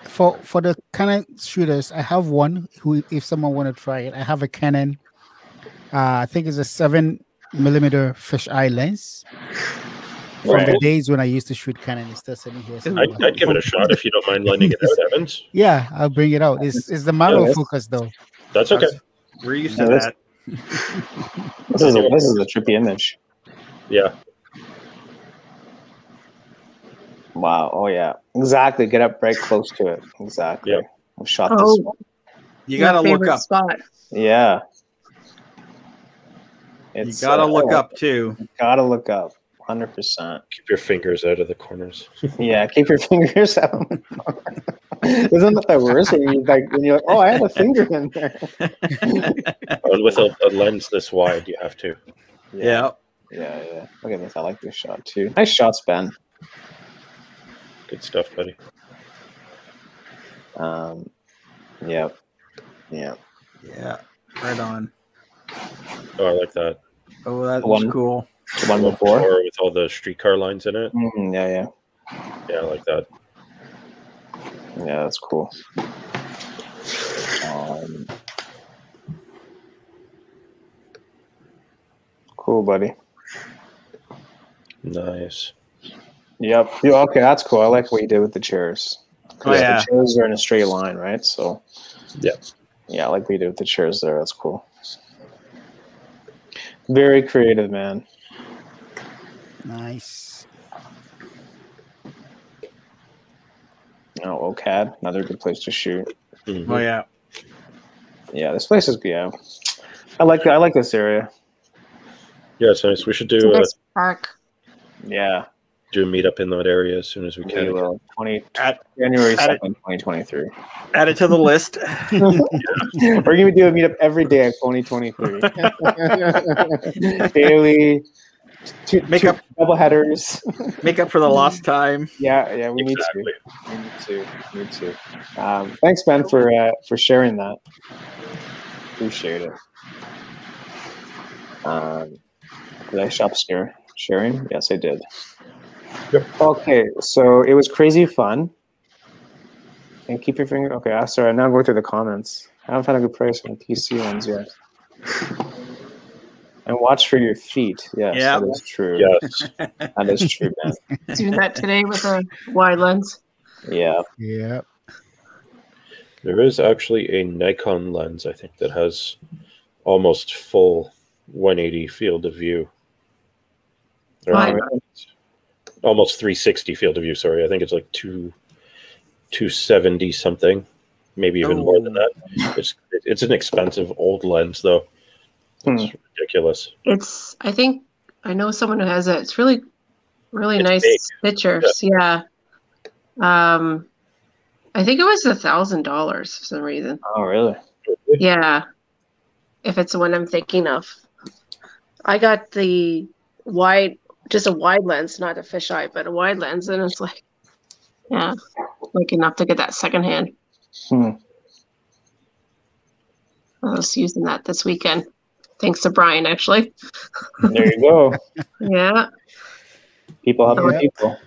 for for the Canon shooters, I have one who if someone want to try it, I have a Canon. Uh, I think it's a seven millimeter fisheye lens. From the Right. days when I used to shoot Canon, it's still sitting here. somewhere. I'd, I'd give it a shot if you don't mind lending it out, Evans. Yeah, I'll bring it out. It's it's Yeah, the model that's- focus though. That's okay. we're used Yeah, to that's- that. This is a, this is a trippy image. Yeah, Wow. Oh yeah. Exactly. Get up right close to it. Exactly. Yeah. We shot this. Oh, Uh, You gotta my look favorite up. spot. Yeah. You It's, gotta uh, look up too. Gotta look up. Hundred percent. keep your fingers out of the corners. Yeah. Keep your fingers out. Isn't that the worst when you like when you're like, oh, I had a finger in there. And with a, a lens this wide, you have to. Yeah. Yeah. Yeah. Look at this. I like this shot too. Nice shots, Ben. Good stuff, buddy. Um. Yeah. Yeah. Yeah. Right on. Oh, I like that. Oh, that was One. cool. The one Little before. flower with all the streetcar lines in it. Mhm, yeah. Yeah. Yeah, I like that. Yeah, that's cool. Um, cool, buddy. Nice. Yep. Yeah, okay, that's cool. I like what you did with the chairs. Oh, yeah. The chairs are in a straight line, right? So. Yeah. Yeah, I like what you did with the chairs there. That's cool. Very creative, man. Nice. Oh, OCAD, another good place to shoot. Mhm. Oh yeah. Yeah, this place is yeah. I like I like this area. Yeah, it's nice. We should do a, This park. Yeah, do a meetup in that area as soon as we we can. will. 20, Add- January add it- second, twenty twenty three. Add it to the list. We're gonna do a meetup every day at Pony Twenty Three. Daily, two, Make two up- double headers. Make up for the lost time. Yeah, yeah, we Exactly. need to, we need to, we need to. Um, thanks, Ben, for uh, for sharing that. Appreciate it. Um, did I stop share, sharing? Yes, I did. Okay, so it was crazy fun. And keep your finger. Okay, ah, sorry. I'm now going through the comments. I haven't found a good price on PC ones yet. And watch for your feet. Yes, Yeah. that is true. Yes. That is true, man. Do that today with a wide lens. Yeah. Yeah. There is actually a Nikon lens, I think, that has almost full 180 field of view. Or Right. Almost 360 field of view, sorry. I think it's like two, 270 something, maybe even more than that. Oh. It's, it's an expensive old lens, though. It's Hmm. ridiculous. It's. I think I know someone who has it. It's really, really It's nice big. pictures. Yeah. Um, I think it was a thousand dollars for some reason. Oh, really? Yeah. If it's the one I'm thinking of, I got the wide, just a wide lens, not a fisheye, but a wide lens, and it's like, yeah, like enough to get that secondhand. Hmm. I was using that this weekend. Thanks to Brian, actually. There you go. Yeah, People helping Yeah. people.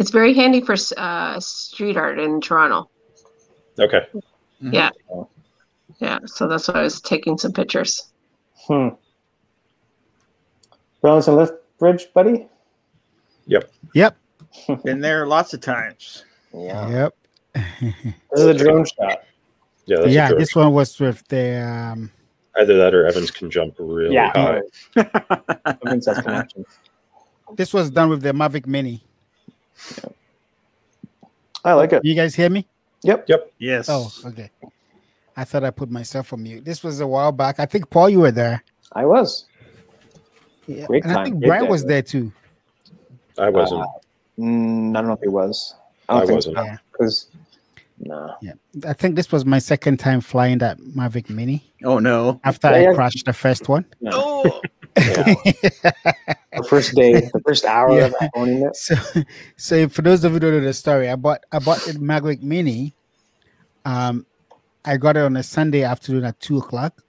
it's very handy for uh, street art in Toronto. Okay. Yeah, so that's why I was taking some pictures. Hmm. Bronson lift bridge, buddy. Yep. Been there lots of times. Yeah. Yep. This is a drone shot. Yeah, that's yeah, a joke. this one was with the um Either that or Evans can jump really high. That means that's connection. this was done with the Mavic Mini. I like it. You guys hear me? Yes. Oh, okay. I thought I put myself on mute. This was a while back. I think Paul, you were there. I was. Yeah. Great and I time, think great Brian day. was there too. I wasn't. Mm, I don't know if he was. I wasn't. Yeah. Because, nah. I think this was my second time flying that Mavic Mini Oh no. after Yeah, I yeah. crashed the first one. No. Oh. The first day, the first hour of owning it. So, so for those of you who don't know the story, I bought I bought the Mavic Mini. Um, I got it on a Sunday afternoon at two o'clock,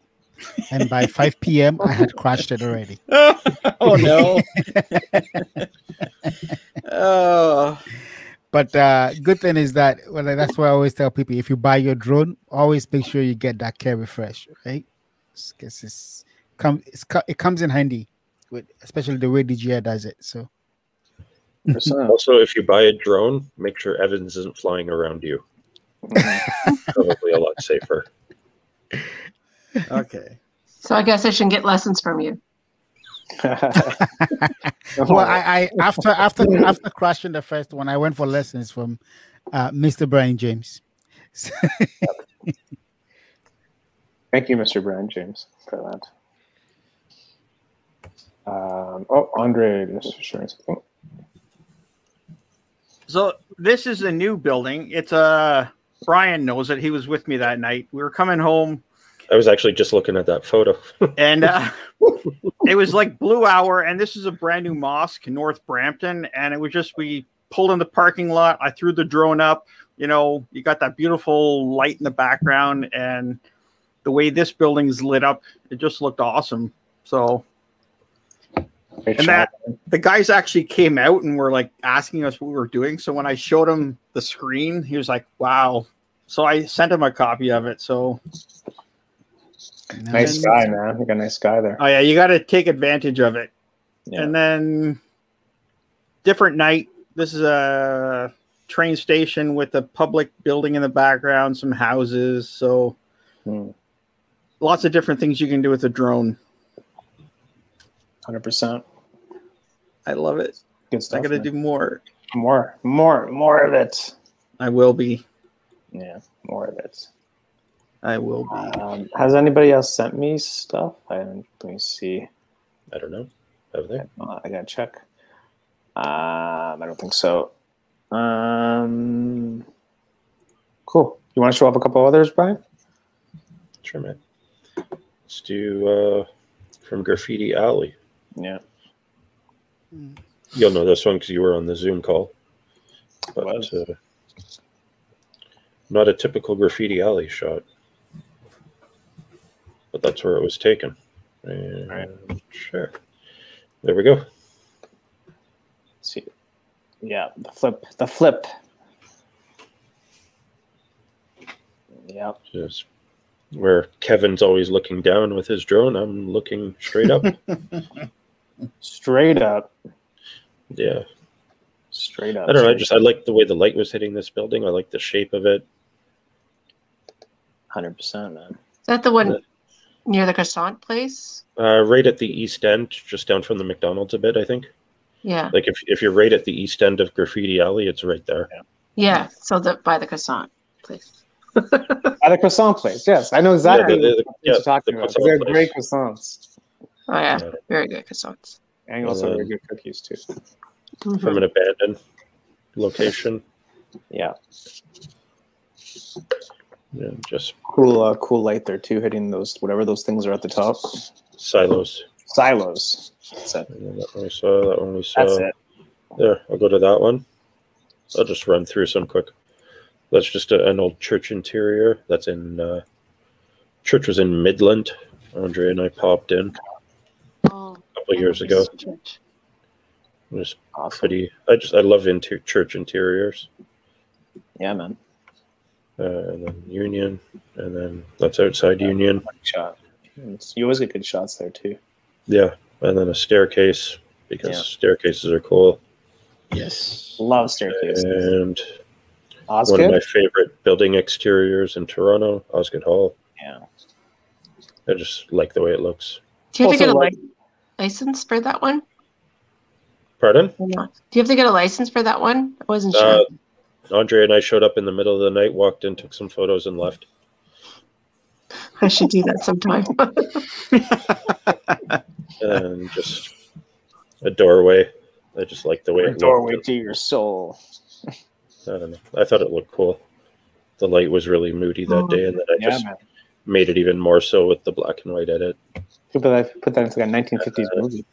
and by five p.m. I had crashed it already. oh no. oh. But uh, good thing is that well, that's why I always tell people: if you buy your drone, always make sure you get that carry fresh, right? Because it's come it's, co- it comes in handy, with especially the way DJI does it. So Also, if you buy a drone, make sure Evans isn't flying around you. Probably a lot safer. Okay. So I guess I should get lessons from you. well, I, I after after after crashing the first one, I went for lessons from uh, Mr. Brian James. Thank you, Mr. Brand James, for that. Um, oh, Andre is sharing something. So this is a new building. It's uh Brian knows it. He was with me that night. We were coming home I was actually just looking at that photo. and uh, it was like blue hour and this is a brand new mosque in north brampton and it was just we pulled in the parking lot i threw the drone up you know you got that beautiful light in the background and the way this building's lit up it just looked awesome so Great and shot. that the guys actually came out and were like asking us what we were doing so when i showed him the screen he was like wow so i sent him a copy of it so nice And- guy, man. You got a nice guy there. Oh yeah, you got to take advantage of it. Yeah. And then different night. This is a train station with a public building in the background, some houses. So Hmm. lots of different things you can do with a drone. Hundred percent. I love it. Good stuff. I got to man. do more. more, more, more of it. I will be. Yeah, more of it. I will be. Um, has anybody else sent me stuff? I haven't- let me see. I don't know. Over there. Uh, I gotta check. Um, I don't think so. Um, cool. You want to show up a couple others, Brian? Sure, man. Let's do uh, from Graffiti Alley. Yeah. You'll know this one because you were on the Zoom call. But Was. uh, not a typical Graffiti Alley shot. But that's where it was taken. And Sure. There we go. see. Yeah, the flip. The flip. Yeah. Just where Kevin's always looking down with his drone, I'm looking straight up. Straight up. yeah. Straight up. I don't know. I just I like the way the light was hitting this building. I like the shape of it. Hundred percent, man. Is that the one near the croissant place? Uh, right at the east end, just down from the McDonald's a bit, I think. Yeah. Like if if you're right at the east end of Graffiti Alley, it's right there. Yeah. So the by the croissant place. At a croissant place. Yes, I know exactly the- the- what yeah, you're talking the about. croissant They're place. great croissants, Oh yeah. Yeah. Very good croissants. and also Um, very good cookies too. From an abandoned location. Yeah. Yeah, just Cool, uh, cool light there too, hitting those whatever those things are at the top. silos. Silos. That's it. And then that one we saw, that one we saw. That's it. There, I'll go to that one. I'll just run through some quick. That's just a, an old church interior. That's in uh, church was in Midland. Andre and I popped in a Oh, couple years ago. Church. It was Awesome. pretty. I just I love inter- church interiors. Yeah, man. Uh, and then Union, and then that's outside Union. Good shot. It's- you always get good shots there too. Yeah, and then a staircase because Yeah. staircases are cool. Yes. Love staircases. And one of Oscar. my favorite building exteriors in Toronto, Osgood Hall. Yeah. I just like the way it looks. Do you have Also to get a like- li- license for that one? Pardon? Or not? Do you have to get a license for that one? I wasn't sure. Uh, Andre and I showed up in the middle of the night, walked in, took some photos, and left. I should do that sometime. And just a doorway. I just like the way it Doorway looked. to your soul. I don't know. I thought it looked cool. The light was really moody that day, and then I Oh, Yeah, just man. made it even more so with the black and white edit. Put that, put that into like a 1950s movie.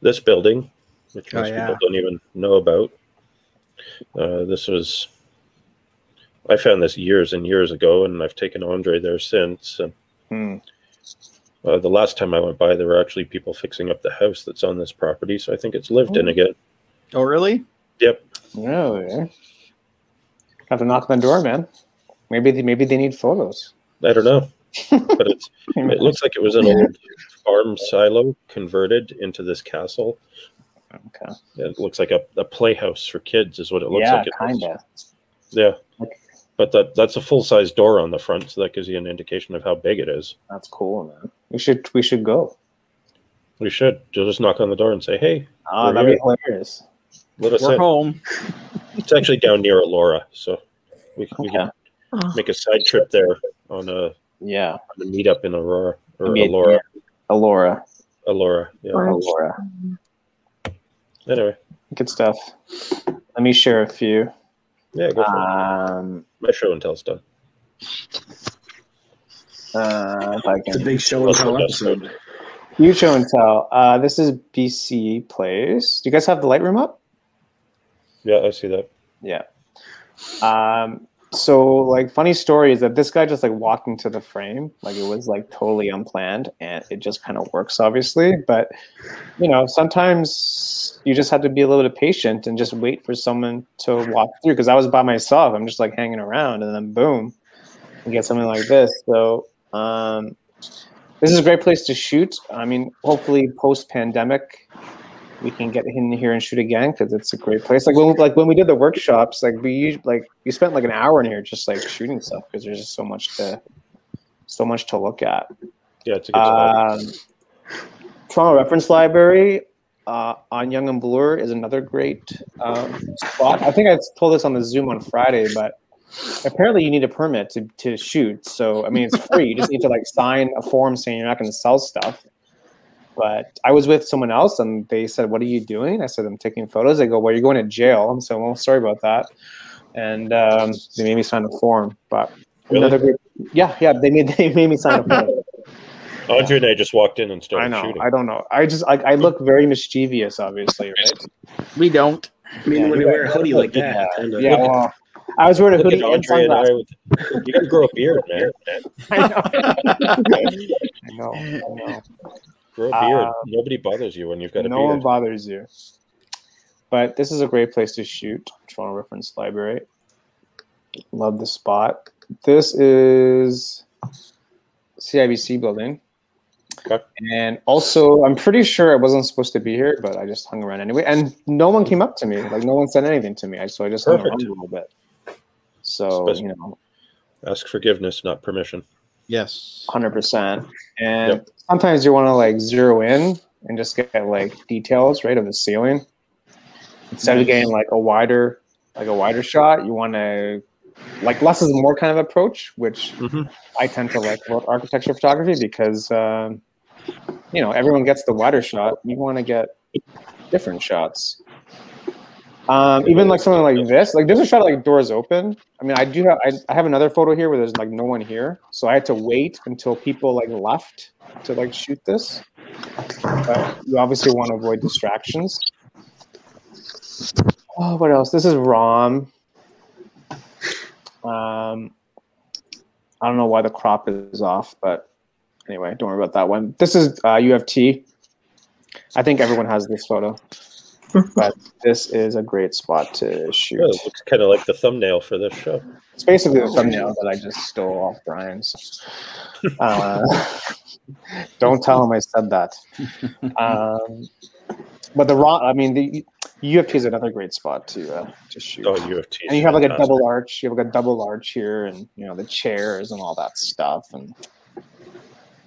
This building, which Oh, most yeah. people don't even know about, uh, this was I found this years and years ago, and I've taken Andre there since. And Hmm. uh, the last time I went by, there were actually people fixing up the house that's on this property, so I think it's lived in again. Oh, really? Yep. Really? Have to knock on the door, man. Maybe they, maybe they need photos. I don't know, but it's It looks like it was an old farm silo converted into this castle. Okay. It looks like a, a playhouse for kids, is what it looks yeah, like. it is. kind of. Yeah. Okay. But that that's a full size door on the front, so that gives you an indication of how big it is. That's cool, man. We should we should go. We should You'll just knock on the door and say, "Hey, Ah, We're that'd be hilarious. let us We're in." home. It's actually down near Alora, so we, we Okay. can Oh, make a side trip there on a, on Yeah, a meetup in Aurora or I mean, Alora, Alora. Alora. Yeah. Alright. Alora. Anyway, Good stuff. Let me share a few. yeah, go for it. Um, My show and tell's done. uh, if I It's a can. big show and tell episode. You show and tell. Uh, this is BC Plays. Do you guys have the Lightroom up? Yeah, I see that. Yeah. Um, so like funny story is that this guy just like walked into the frame, like it was like totally unplanned and it just kind of works obviously. But you know, sometimes you just have to be a little bit patient and just wait for someone to walk through because I was by myself, I'm just like hanging around and then boom, you get something like this. So um this is a great place to shoot. I mean, hopefully post pandemic we can get in here and shoot again because it's a great place. Like when like when we did the workshops, like we us- like we spent like an hour in here just like shooting stuff because there's just so much to so much to look at. Yeah, it's a good spot. Um, Toronto Reference Library uh, on Young and Bloor is another great um, spot. I think I told this on the Zoom on Friday, but apparently you need a permit to, to shoot. So I mean, it's free. You just need to like sign a form saying you're not going to sell stuff. But I was with someone else, and they said, "What are you doing?" I said, "I'm taking photos." They go, "Well, you're going to jail." I'm so well, sorry about that. And um, they made me sign a form, but Really? another group, yeah, yeah, they made they made me sign a form. Andre and I just walked in and started Uh, I know. shooting. I don't know. I just like I look very mischievous, obviously, right? We don't. I mean, Yeah, you when you wear a hoodie like that, and, uh, Yeah. well, I was wearing a Look hoodie at and Andre and I sunglasses. with, you gotta grow a beard, man. I know. I know. I know. Grow a beard. Uh, Nobody bothers you when you've got a no one beard. bothers you. But this is a great place to shoot. Toronto Reference Library. Love the spot. This is CIBC building. Okay. And also, I'm pretty sure I wasn't supposed to be here, but I just hung around anyway. And no one came up to me. Like no one said anything to me. I So I just hung around Perfect. a little bit. So Especially- you know, Ask forgiveness, not permission. Yes. hundred percent. And sometimes you want to like zero in and just get like details right of the ceiling instead of getting like a wider, like a wider shot. You want to like less is more kind of approach, which Mhm. I tend to like about architecture photography because um, you know everyone gets the wider shot. You want to get different shots. Um, even like something like this, like there's a shot of, like doors open. I mean, I do have I, I have another photo here where there's like no one here, so I had to wait until people like left to like shoot this. But you obviously want to avoid distractions. Oh, what else? This is ROM. Um, I don't know why the crop is off, but anyway, don't worry about that one. This is uh, UFT. I think everyone has this photo, but this is a great spot to shoot. Yeah, it looks kind of like the thumbnail for this show. It's basically the thumbnail that I just stole off Brian's. Uh, don't tell him I said that. Um, but the raw, I mean, the UFT is another great spot to uh, to shoot. Oh, U of T. and you have like a double arch. You have like a double arch here, and you know the chairs and all that stuff, and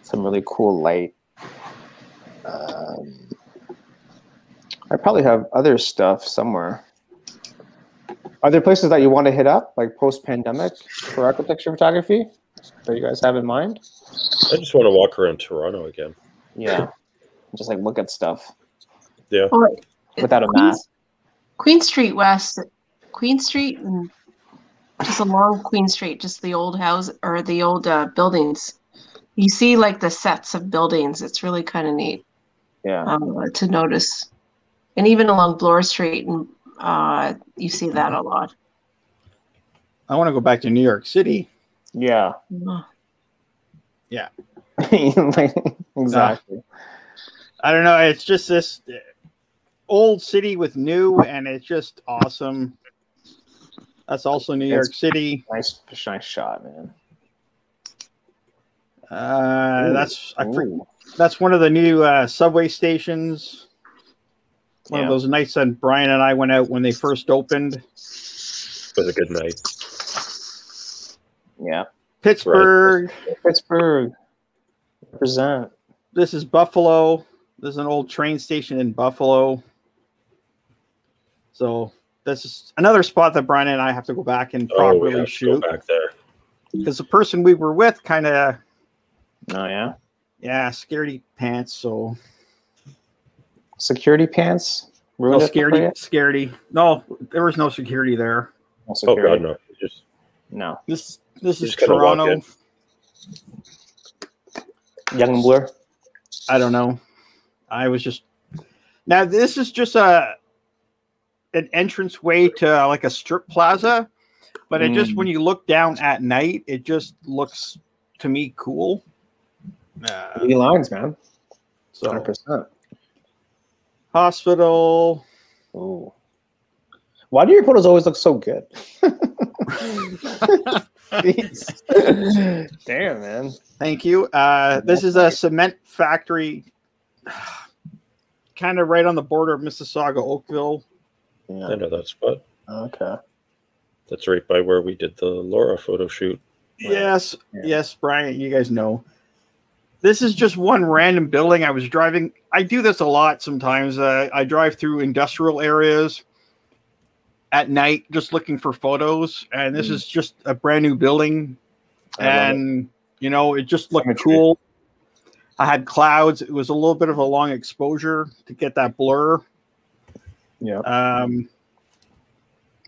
some really cool light. Um, I probably have other stuff somewhere. Are there places that you want to hit up, like post pandemic, for architecture photography that you guys have in mind? I just want to walk around Toronto again. Yeah, just like look at stuff Yeah, Or without a Queen, map. Queen Street West, Queen Street, and just along Queen Street, just the old house or the old uh, buildings. You see like the sets of buildings. It's really kind of neat Yeah, um, to notice, uh, and even along Bloor Street, and uh, you see that a lot. I want to go back to New York City. Yeah. Yeah. Like, exactly. I don't know. It's just this uh, old city with new, and it's just awesome. That's also New York That's- City. nice, nice shot, man. Uh, Ooh, that's I, fr- Ooh. that's one of the new uh, subway stations. One Yeah. of those nights that Brian and I went out when they first opened. It was a good night. Yeah. Pittsburgh. Pittsburgh. Represent. This is Buffalo. There's an old train station in Buffalo. So this is another spot that Brian and I have to go back and Oh, we properly have to go shoot back there. because the person we were with kind of Oh yeah. yeah scaredy pants. So Security pants. no Ruined it for scaredy you? scaredy. No, there was no security there. No Oh security. god, no! Just no. This this You is just gotta walk Toronto. in. Young Blur. I don't know. I was just now. This is just a an entrance way to uh, like a strip plaza, but it just Mm. when you look down at night, it just looks to me cool. Uh, Three lines, man. so 100%. hospital. Ooh. Why do your photos always look so good? Jeez. Damn, man. Thank you. Uh, this is a cement factory, kind of right on the border of Mississauga, Oakville. I Yeah. know that spot. Okay. That's right by where we did the Laura photo shoot. Yes, Yeah. yes, Brian, you guys know. This is just one random building. I was driving. I do this a lot sometimes. Uh, I drive through industrial areas at night just looking for photos, and this Mm. is just a brand new building. I love it. And you know, it just looked Symmetry. cool. I had clouds. It was a little bit of a long exposure to get that blur. yeah. Um,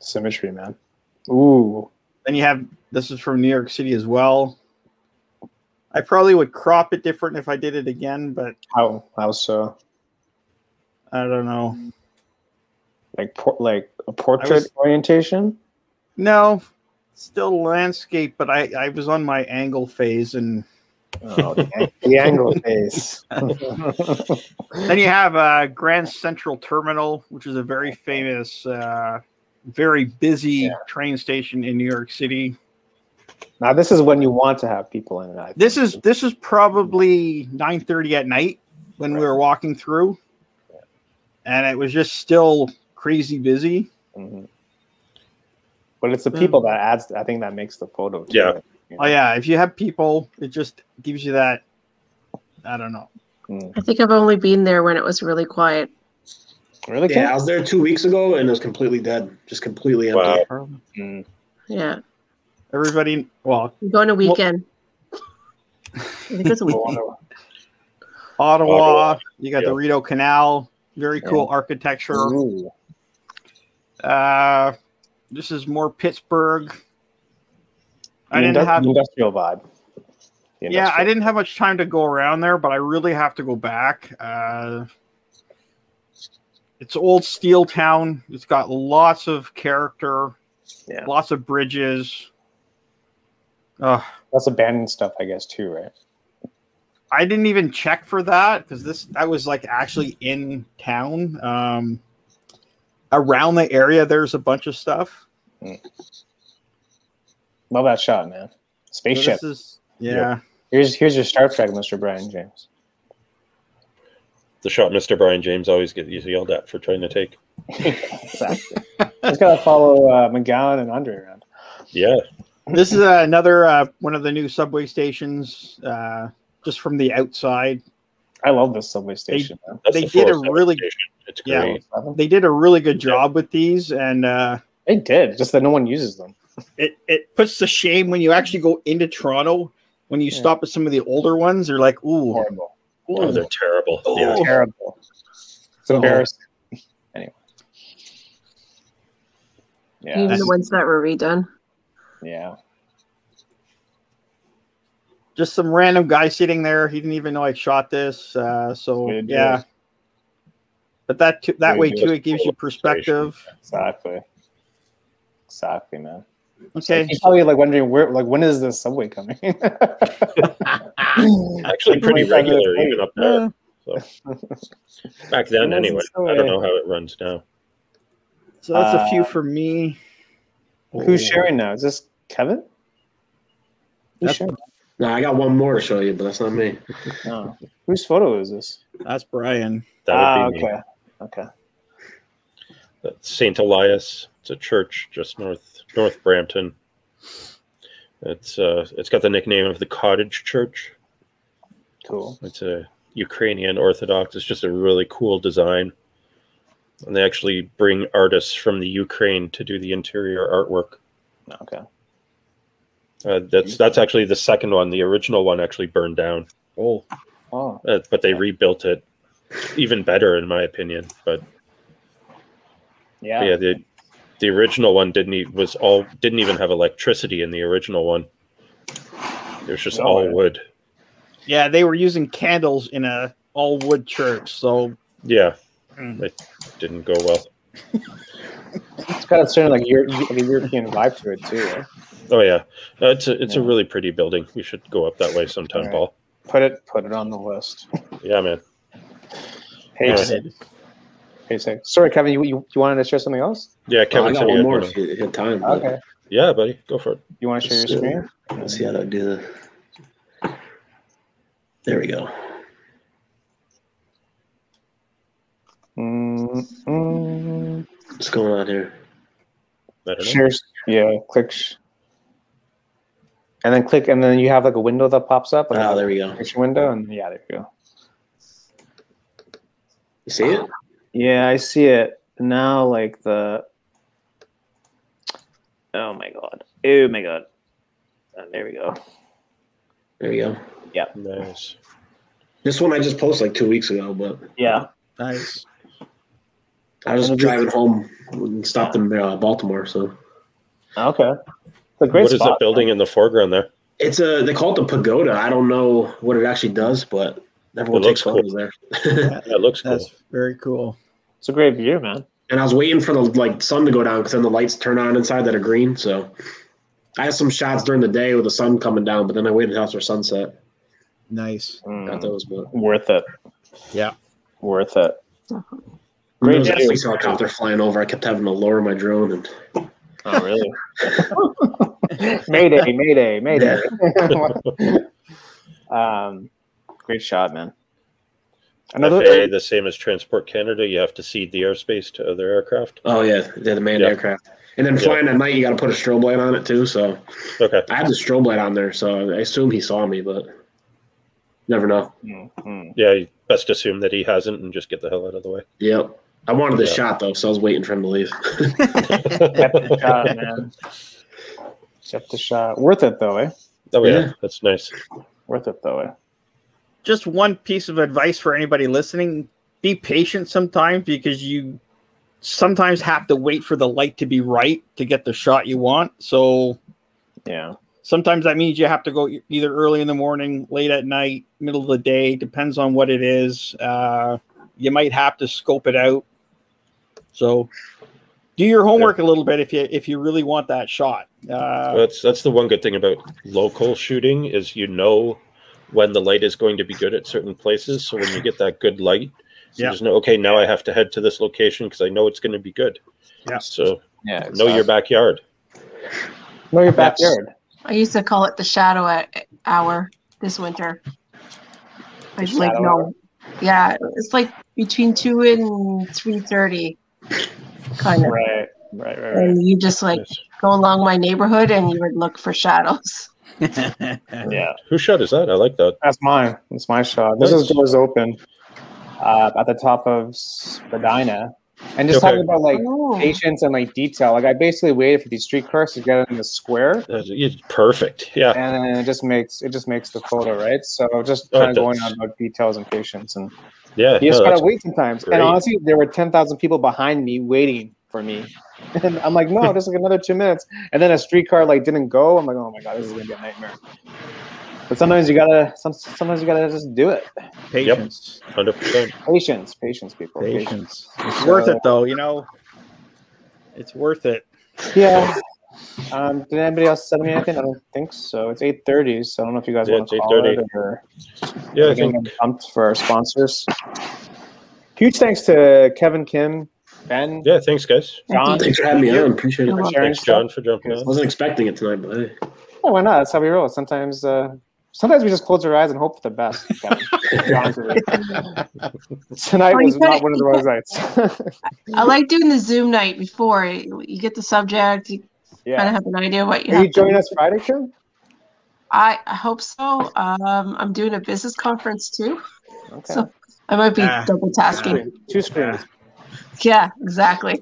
Symmetry, man. Ooh. Then you have this is from New York City as well. I probably would crop it different if I did it again, but How how so? I don't know. Like por- like a portrait orientation? No, still landscape, but I, I was on my angle phase. And Oh, the, the angle face. then you have uh, Grand Central Terminal, which is a very famous, uh, very busy train station in New York City. now this is when you want to have people in it. I think. This is this is probably 9:30 at night when we were walking through, and it was just still crazy busy. Mhm. But it's the people that adds. I think that makes the photo. to Yeah. it, you Oh know? yeah, if you have people, it just gives you that. I don't know. I think I've only been there when it was really quiet. Really? Yeah, I Ken? was there two weeks ago and it was completely dead, just completely empty. Wow. Mm. Yeah. Everybody, well, I'm going a weekend. I think it's a I weekend. wonder- Ottawa, Ottawa, you got yeah. the Rideau Canal, very cool architecture. Ooh. Uh, this is more Pittsburgh. I The didn't indus- have, industrial vibe. The yeah, I industrial- didn't have much time to go around there, but I really have to go back. Uh, it's old steel town. It's got lots of character, Yeah. lots of bridges. Ugh. That's abandoned stuff, I guess, too, right? I didn't even check for that because this that was like actually in town. Um, around the area, there's a bunch of stuff. Love that shot, man. So Spaceship. this is yeah. here's here's your Star Trek, Mr. Brian James. The shot Mr. Brian James always gets yelled at for trying to take. Exactly. Just gotta follow uh, McGowan and Andre around. Yeah, This is uh, another uh, one of the new subway stations. Uh, just from the outside, I love this subway station. man. that's They the did a 407 really- station. It's Yeah. great. they did a really good job with these, and uh, They did, just that no one uses them. it it puts to shame when you actually go into Toronto. When you Yeah. stop at some of the older ones, you're like, ooh, Horrible. Oh, they're terrible. Oh. Yeah. Terrible. It's embarrassing. Anyway. Yeah. Even this the is- ones that were redone. yeah. just some random guy sitting there. He didn't even know I shot this. Uh, so Way to do yeah. it. But that too, that Way way to do too, it. it gives you perspective. Exactly. Exactly, man. Okay. You're probably like wondering where, like, when is the subway coming? Actually, pretty Like, like, regular hey, even up there. So back then, Well, anyway. so, I don't uh, know how it runs now. So that's a few Uh, for me. Who's sharing now? Is this Kevin? Who's That's- sharing? No, I got one more to show you, but that's not me. No. Whose photo is this? That's Brian. That would ah, be me. okay. Okay. That's Saint Elias. It's a church just north North Brampton. It's uh, it's got the nickname of the Cottage Church. Cool. It's a Ukrainian Orthodox. It's just a really cool design. And they actually bring artists from the Ukraine to do the interior artwork. Okay. Uh, that's that's actually the second one. The original one actually burned down, Oh, Oh, uh, but they rebuilt it even better, in my opinion. But yeah. yeah, the the original one didn't e- was all didn't even have electricity in the original one. It was just all Wow. wood. yeah. They were using candles in a all wood church. So Yeah, Mm. it didn't go well. It's got a certain like, Euro- like a European vibe to it too. eh? Oh yeah, uh, it's a, it's a Yeah. really pretty building. We should go up that way sometime, All right. Paul. Put it put it on the list. Yeah, man. Hey, Yeah. say- hey, say- sorry, Kevin. You, you you wanted to share something else? Yeah, Oh, I Kevin. got said he one had more one. if you if you have time. but Okay. Yeah, buddy, go for it. You want to share your Sure. screen? Let's see how to do that. There we go. Mm, mm, What's going on here? I don't know. share. s- Yeah. Click. Sh- and then click, and then you have like a window that pops up. Like Oh, a there we go. picture window, and yeah, there you go. You see it? Yeah, I see it now. Like the. Oh my god! Oh my god! Uh, there we go. There we go. Nice. This one I just posted like two weeks ago, but Yeah. nice. I was driving home and stopped in uh, Baltimore. So Okay. It's a great What is spot. that building in the foreground there? it's a they call it the pagoda. I don't know what it actually does, but everyone It looks takes photos there. That looks cool. That's very cool. It's a great view, man. and I was waiting for the like sun to go down because then the lights turn on inside that are green. So I had some shots during the day with the sun coming down, but then I waited after sunset. Nice. Mm. Got those, but Mm. Worth it. Yeah. Worth it. And there was a Great. police helicopter flying over. I kept having to lower my drone, and Oh, really? mayday, mayday, mayday. um, great shot, man. FAA, Another. the same as Transport Canada, you have to cede the airspace to other aircraft. oh yeah, they had the manned Yeah. aircraft. And then Yeah. flying at night, you got to put a strobe light on it too. So Okay. I had the strobe light on there, so I assume he saw me, but never know. Mhm. Yeah, you best assume that he hasn't and just get the hell out of the way. Yep. I wanted the Yeah. shot though, so I was waiting for him to leave. Kept the shot, man. Kept the shot. Worth it though, eh? oh, yeah, Yeah. that's nice. Worth it though, eh? Just one piece of advice for anybody listening: be patient sometimes because you sometimes have to wait for the light to be right to get the shot you want. So Yeah. sometimes that means you have to go e- either early in the morning, late at night, middle of the day, depends on what it is. Uh, you might have to scope it out. So do your homework a little bit if you if you really want that shot. Uh, That's that's the one good thing about local shooting is you know when the light is going to be good at certain places. So when you get that good light, you Yeah. just know, okay, now I have to head to this location because I know it's going to be good. Yeah. So Yeah. know your backyard. know your backyard. I used to call it the shadow ho- hour this winter. I'd like shadow no, yeah, it's like between two and three thirty, kind of. Right. Right. Right. Right. And you just like Yes. go along my neighborhood and you would look for shadows. Yeah. Whose shot is that? I like that. That's mine. That's my shot. This is Nice. doors open uh, at the top of Spadina. And just Okay. talking about like Oh. patience and like detail. Like I basically waited for these street cars to get in the square, That's- it's perfect. Yeah. and then it just makes it just makes the photo right. So just Oh, kind of going that's- on about details and patience, and Yeah. you just gotta no, that's- wait sometimes. great. And honestly, there were ten thousand people behind me waiting for me, and I'm like, no, just like another two minutes. And then a street car like didn't go. I'm like, oh my god, this is gonna be a nightmare. But sometimes you gotta, some, sometimes you gotta just do it. Patience. 100%. Patience, patience, people. Patience. It's worth it though, you know. It's worth it. Yeah, Um, did anybody else send me anything? I don't think so. It's eight thirty, so I don't know if you guys Yeah, want it's to call 8:30. it or Yeah, I Again, think pumped for our sponsors. Huge thanks to Kevin Kim, Ben, yeah, thanks guys. John. Thanks for having me on. Appreciate it. for sharing Thanks John stuff. for jumping on. Wasn't expecting it tonight, but hey. Oh, why not? That's how we roll. Sometimes, uh, sometimes we just close our eyes and hope for the best. Kevin, to be honest with you. Tonight Oh, you was gotta- not one of those nights. I like doing the Zoom night before. You get the subject, you kind yeah. of have an idea what you Are have you joining to- us Friday, Kim? I, I hope so. Um, I'm doing a business conference too, Okay. so I might be Ah, double tasking. Two screens. Yeah, exactly.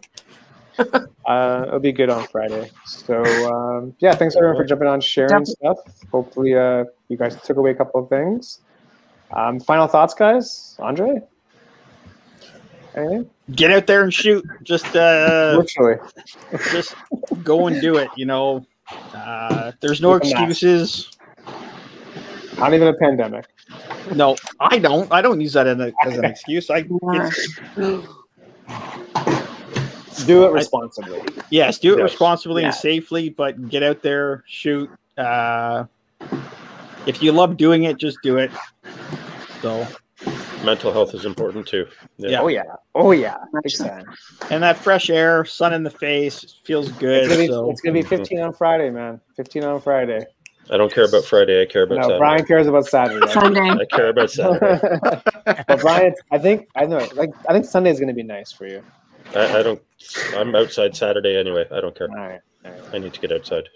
Uh, it'll be good on Friday. So um, yeah, thanks everyone for jumping on, sharing Definitely. stuff. Hopefully, uh, you guys took away a couple of things. Um, final thoughts, guys. Andre, anything? Get out there and shoot. Just uh, Virtually. just go and do it. You know, uh, there's no With a mask. excuses. Not even a pandemic. No, I don't. I don't use that as, a, as an excuse. I it's, Do it responsibly. yes, do it Yes. responsibly and Yeah. safely, but get out there, shoot. Uh, if you love doing it, just do it. So, Mental health is important too. Yeah. Oh yeah. Oh yeah. Big time. and that fresh air, sun in the face, feels It's good. gonna, be, so, it's gonna be 15 on Friday, man. 15 on Friday. I don't care about Friday. I care about No, Saturday. Brian cares about Saturday. Sunday. I care about uh, Saturday. but Brian, I think I know. Like I think Sunday is gonna be nice for you. I, I don't. I'm outside Saturday anyway. I don't care. All right. I need to get outside.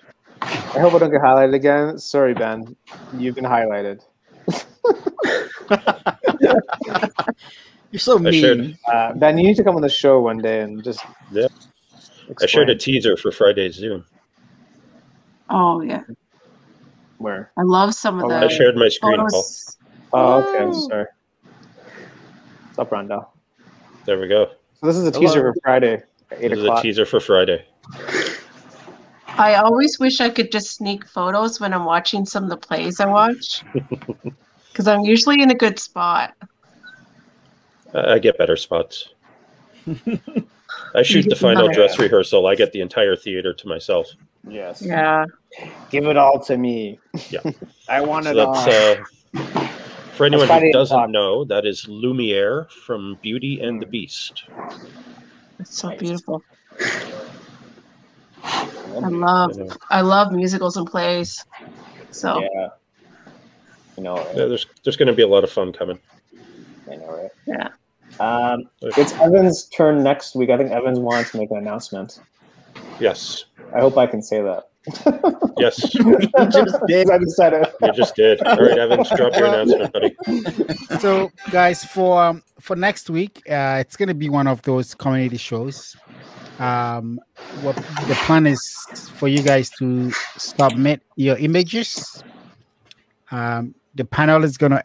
I hope I don't get highlighted again. Sorry, Ben. You've been highlighted. you're so I shared- mean. Uh, ben, you need to come on the show one day and just. Yeah. I explain shared a teaser for Friday's Zoom. Oh yeah, where. I love some of Oh, the I shared my screen. Paul. photos. Oh, okay. I'm sorry. What's up, Rondell? There we go. So this is a Hello. teaser for Friday at eight This is a o'clock. teaser for Friday. I always wish I could just sneak photos when I'm watching some of the plays I watch, because I'm usually in a good spot. I I get better spots. I shoot get the final another. dress rehearsal. I get the entire theater to myself. Yes. Yeah, Give it all to me. Yeah. I want So it all. that's uh, for anyone Friday who at doesn't o'clock. Hmm. know, that is Lumiere from Beauty and the Beast. it's so Nice. beautiful. uh, I love You know, I love musicals and plays. So yeah. You know. Right? yeah, there's there's going to be a lot of fun coming. I know, right? Yeah. Um, it's Evan's turn next week. I think Evans wanted to make an announcement. Yes, I hope I can say that. yes, just did. I just said it. you just did. All right, Evans, drop your announcement, buddy. so guys for um, for next week uh, it's going to be one of those community shows um what the plan is for you guys to submit your images um the panel is going to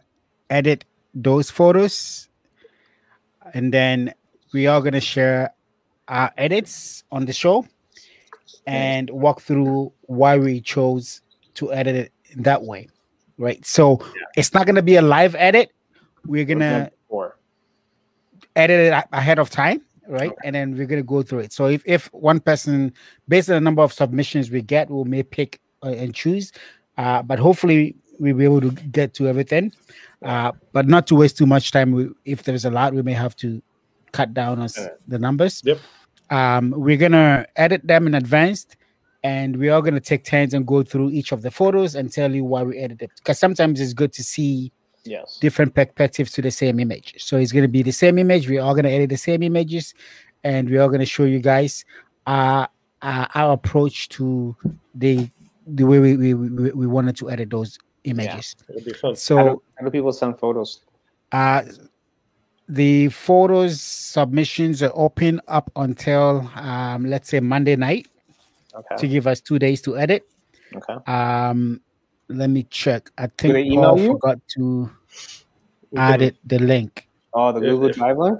edit those photos and then we are going to share our edits on the show and walk through why we chose to edit it that way right so it's not going to be a live edit we're going to Four. edit it a- ahead of time, right? And then we're gonna go through it. So if if one person, based on the number of submissions we get, we may pick uh, and choose, uh, but hopefully we'll be able to get to everything. Uh, but not to waste too much time. We, if there's a lot, we may have to cut down on s- Yeah. the numbers. Yep. Um, we're gonna edit them in advance. And we are gonna take turns and go through each of the photos and tell you why we edited. Because sometimes it's good to see Yes. different perspectives to the same image. So it's going to be the same image. We're all going to edit the same images, and we're all going to show you guys uh, uh, our approach to the the way we we, we, we wanted to edit those images. It'll be How fun. do, So how do people send photos? uh, the photos submissions are open up until um, let's say Monday night to Okay. give us two days to edit. Okay. Um, let me check. I they think email Paul you? forgot to We can- add it the link. Oh, the If- Google if- Drive link.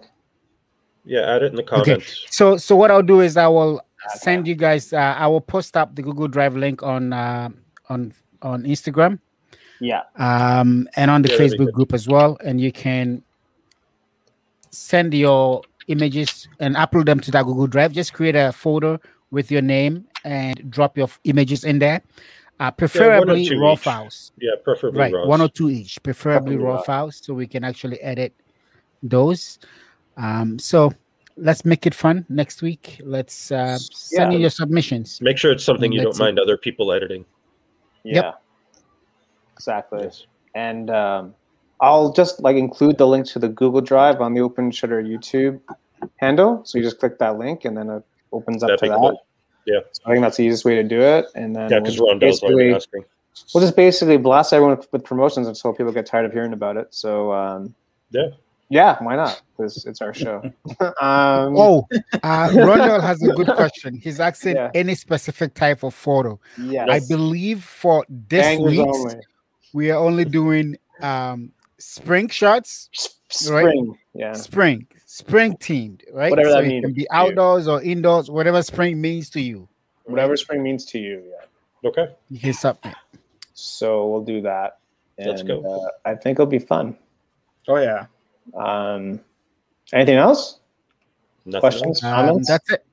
Yeah, add it in the comments. So, so what I'll do is I will Okay. send you guys. Uh, I will post up the Google Drive link on uh, on on Instagram Yeah. um, and on the Yeah, that'd be Facebook good. group as well, and you can send your images and upload them to that Google Drive. Just create a folder with your name and drop your f- images in there. Uh, one or preferably two raw each. files, Yeah, preferably right? raw. One or two each, preferably Preferably raw raw. files, so we can actually edit those. Um, so let's make it fun next week. Let's uh, send Yeah. in your submissions. Make sure it's something you Let's don't see. mind other people editing. Yeah. Yep. Exactly. Yes. And um, I'll just like include the link to the Google Drive on the Open Shutter YouTube handle. So you just click that link and then it opens up That'd to be that. cool. Yeah. So I think that's the easiest way to do it. And then Yeah, we'll because just Rondell's basically- already asking. we'll just basically blast everyone with, with promotions until people get tired of hearing about it. So um, Yeah. yeah, why not? 'Cause it's our show. um, Oh, uh, Rondell has a good question. He's asking Yeah. any specific type of photo. yes. I believe for this Bangers week, only. we are only doing um, spring shots, S- Right. Spring. Yeah. spring, spring themed, right? Whatever so that it means can be outdoors or indoors, whatever spring means to you. Whatever spring means to you. Yeah. Okay. You can submit. So we'll do that. Let's And, go. Uh, I think it'll be fun. Oh yeah. Um, anything else? Nothing Questions? else. Um, Comments? that's it.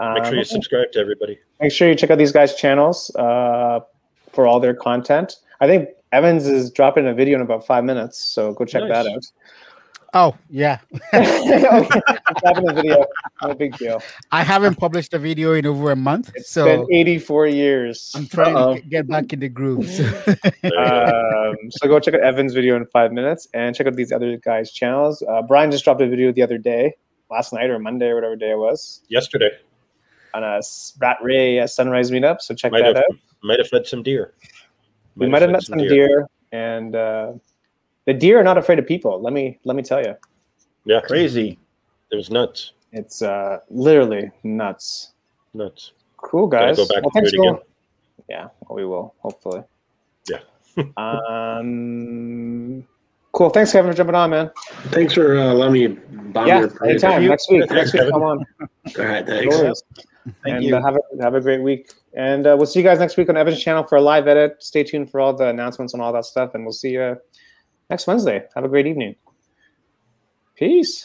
Make sure Um, you subscribe to everybody. make sure you check out these guys' channels uh, for all their content. I think Evans is dropping a video in about five minutes, so go check that Nice. out. Oh yeah, okay, he's dropping a video, no big deal. I haven't published a video in over a month, It's been so 84 years. I'm trying Uh-oh. to g- get back in the groove. so- There you go. um, so go check out Evan's video in five minutes and check out these other guys' channels. Uh, Brian just dropped a video the other day, last night or Monday or whatever day it was, Yesterday, on a s- Rat Ray uh, Sunrise meetup. So check Might that have. out. might have fed some deer. we might have met some deer, and uh, the deer are not afraid of people. Let me let me tell you, Yeah, Crazy. it was nuts. it's uh, literally nuts. Nuts. Cool Gotta guys. go back Well, and thanks do it for- again. Yeah, well, we will hopefully. Yeah. um. Cool. Thanks, Kevin, for jumping on, man. Thanks for uh, letting me bomb Yeah, your parade. anytime. Next week. Thanks, Next week, Kevin. come on. All right, No thanks. worries. Thank and you. uh, have a have a great week. And uh, we'll see you guys next week on Evan's channel for a live edit. Stay tuned for all the announcements and all that stuff. And we'll see you next Wednesday. Have a great evening. Peace.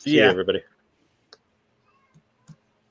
See you, Yeah. everybody.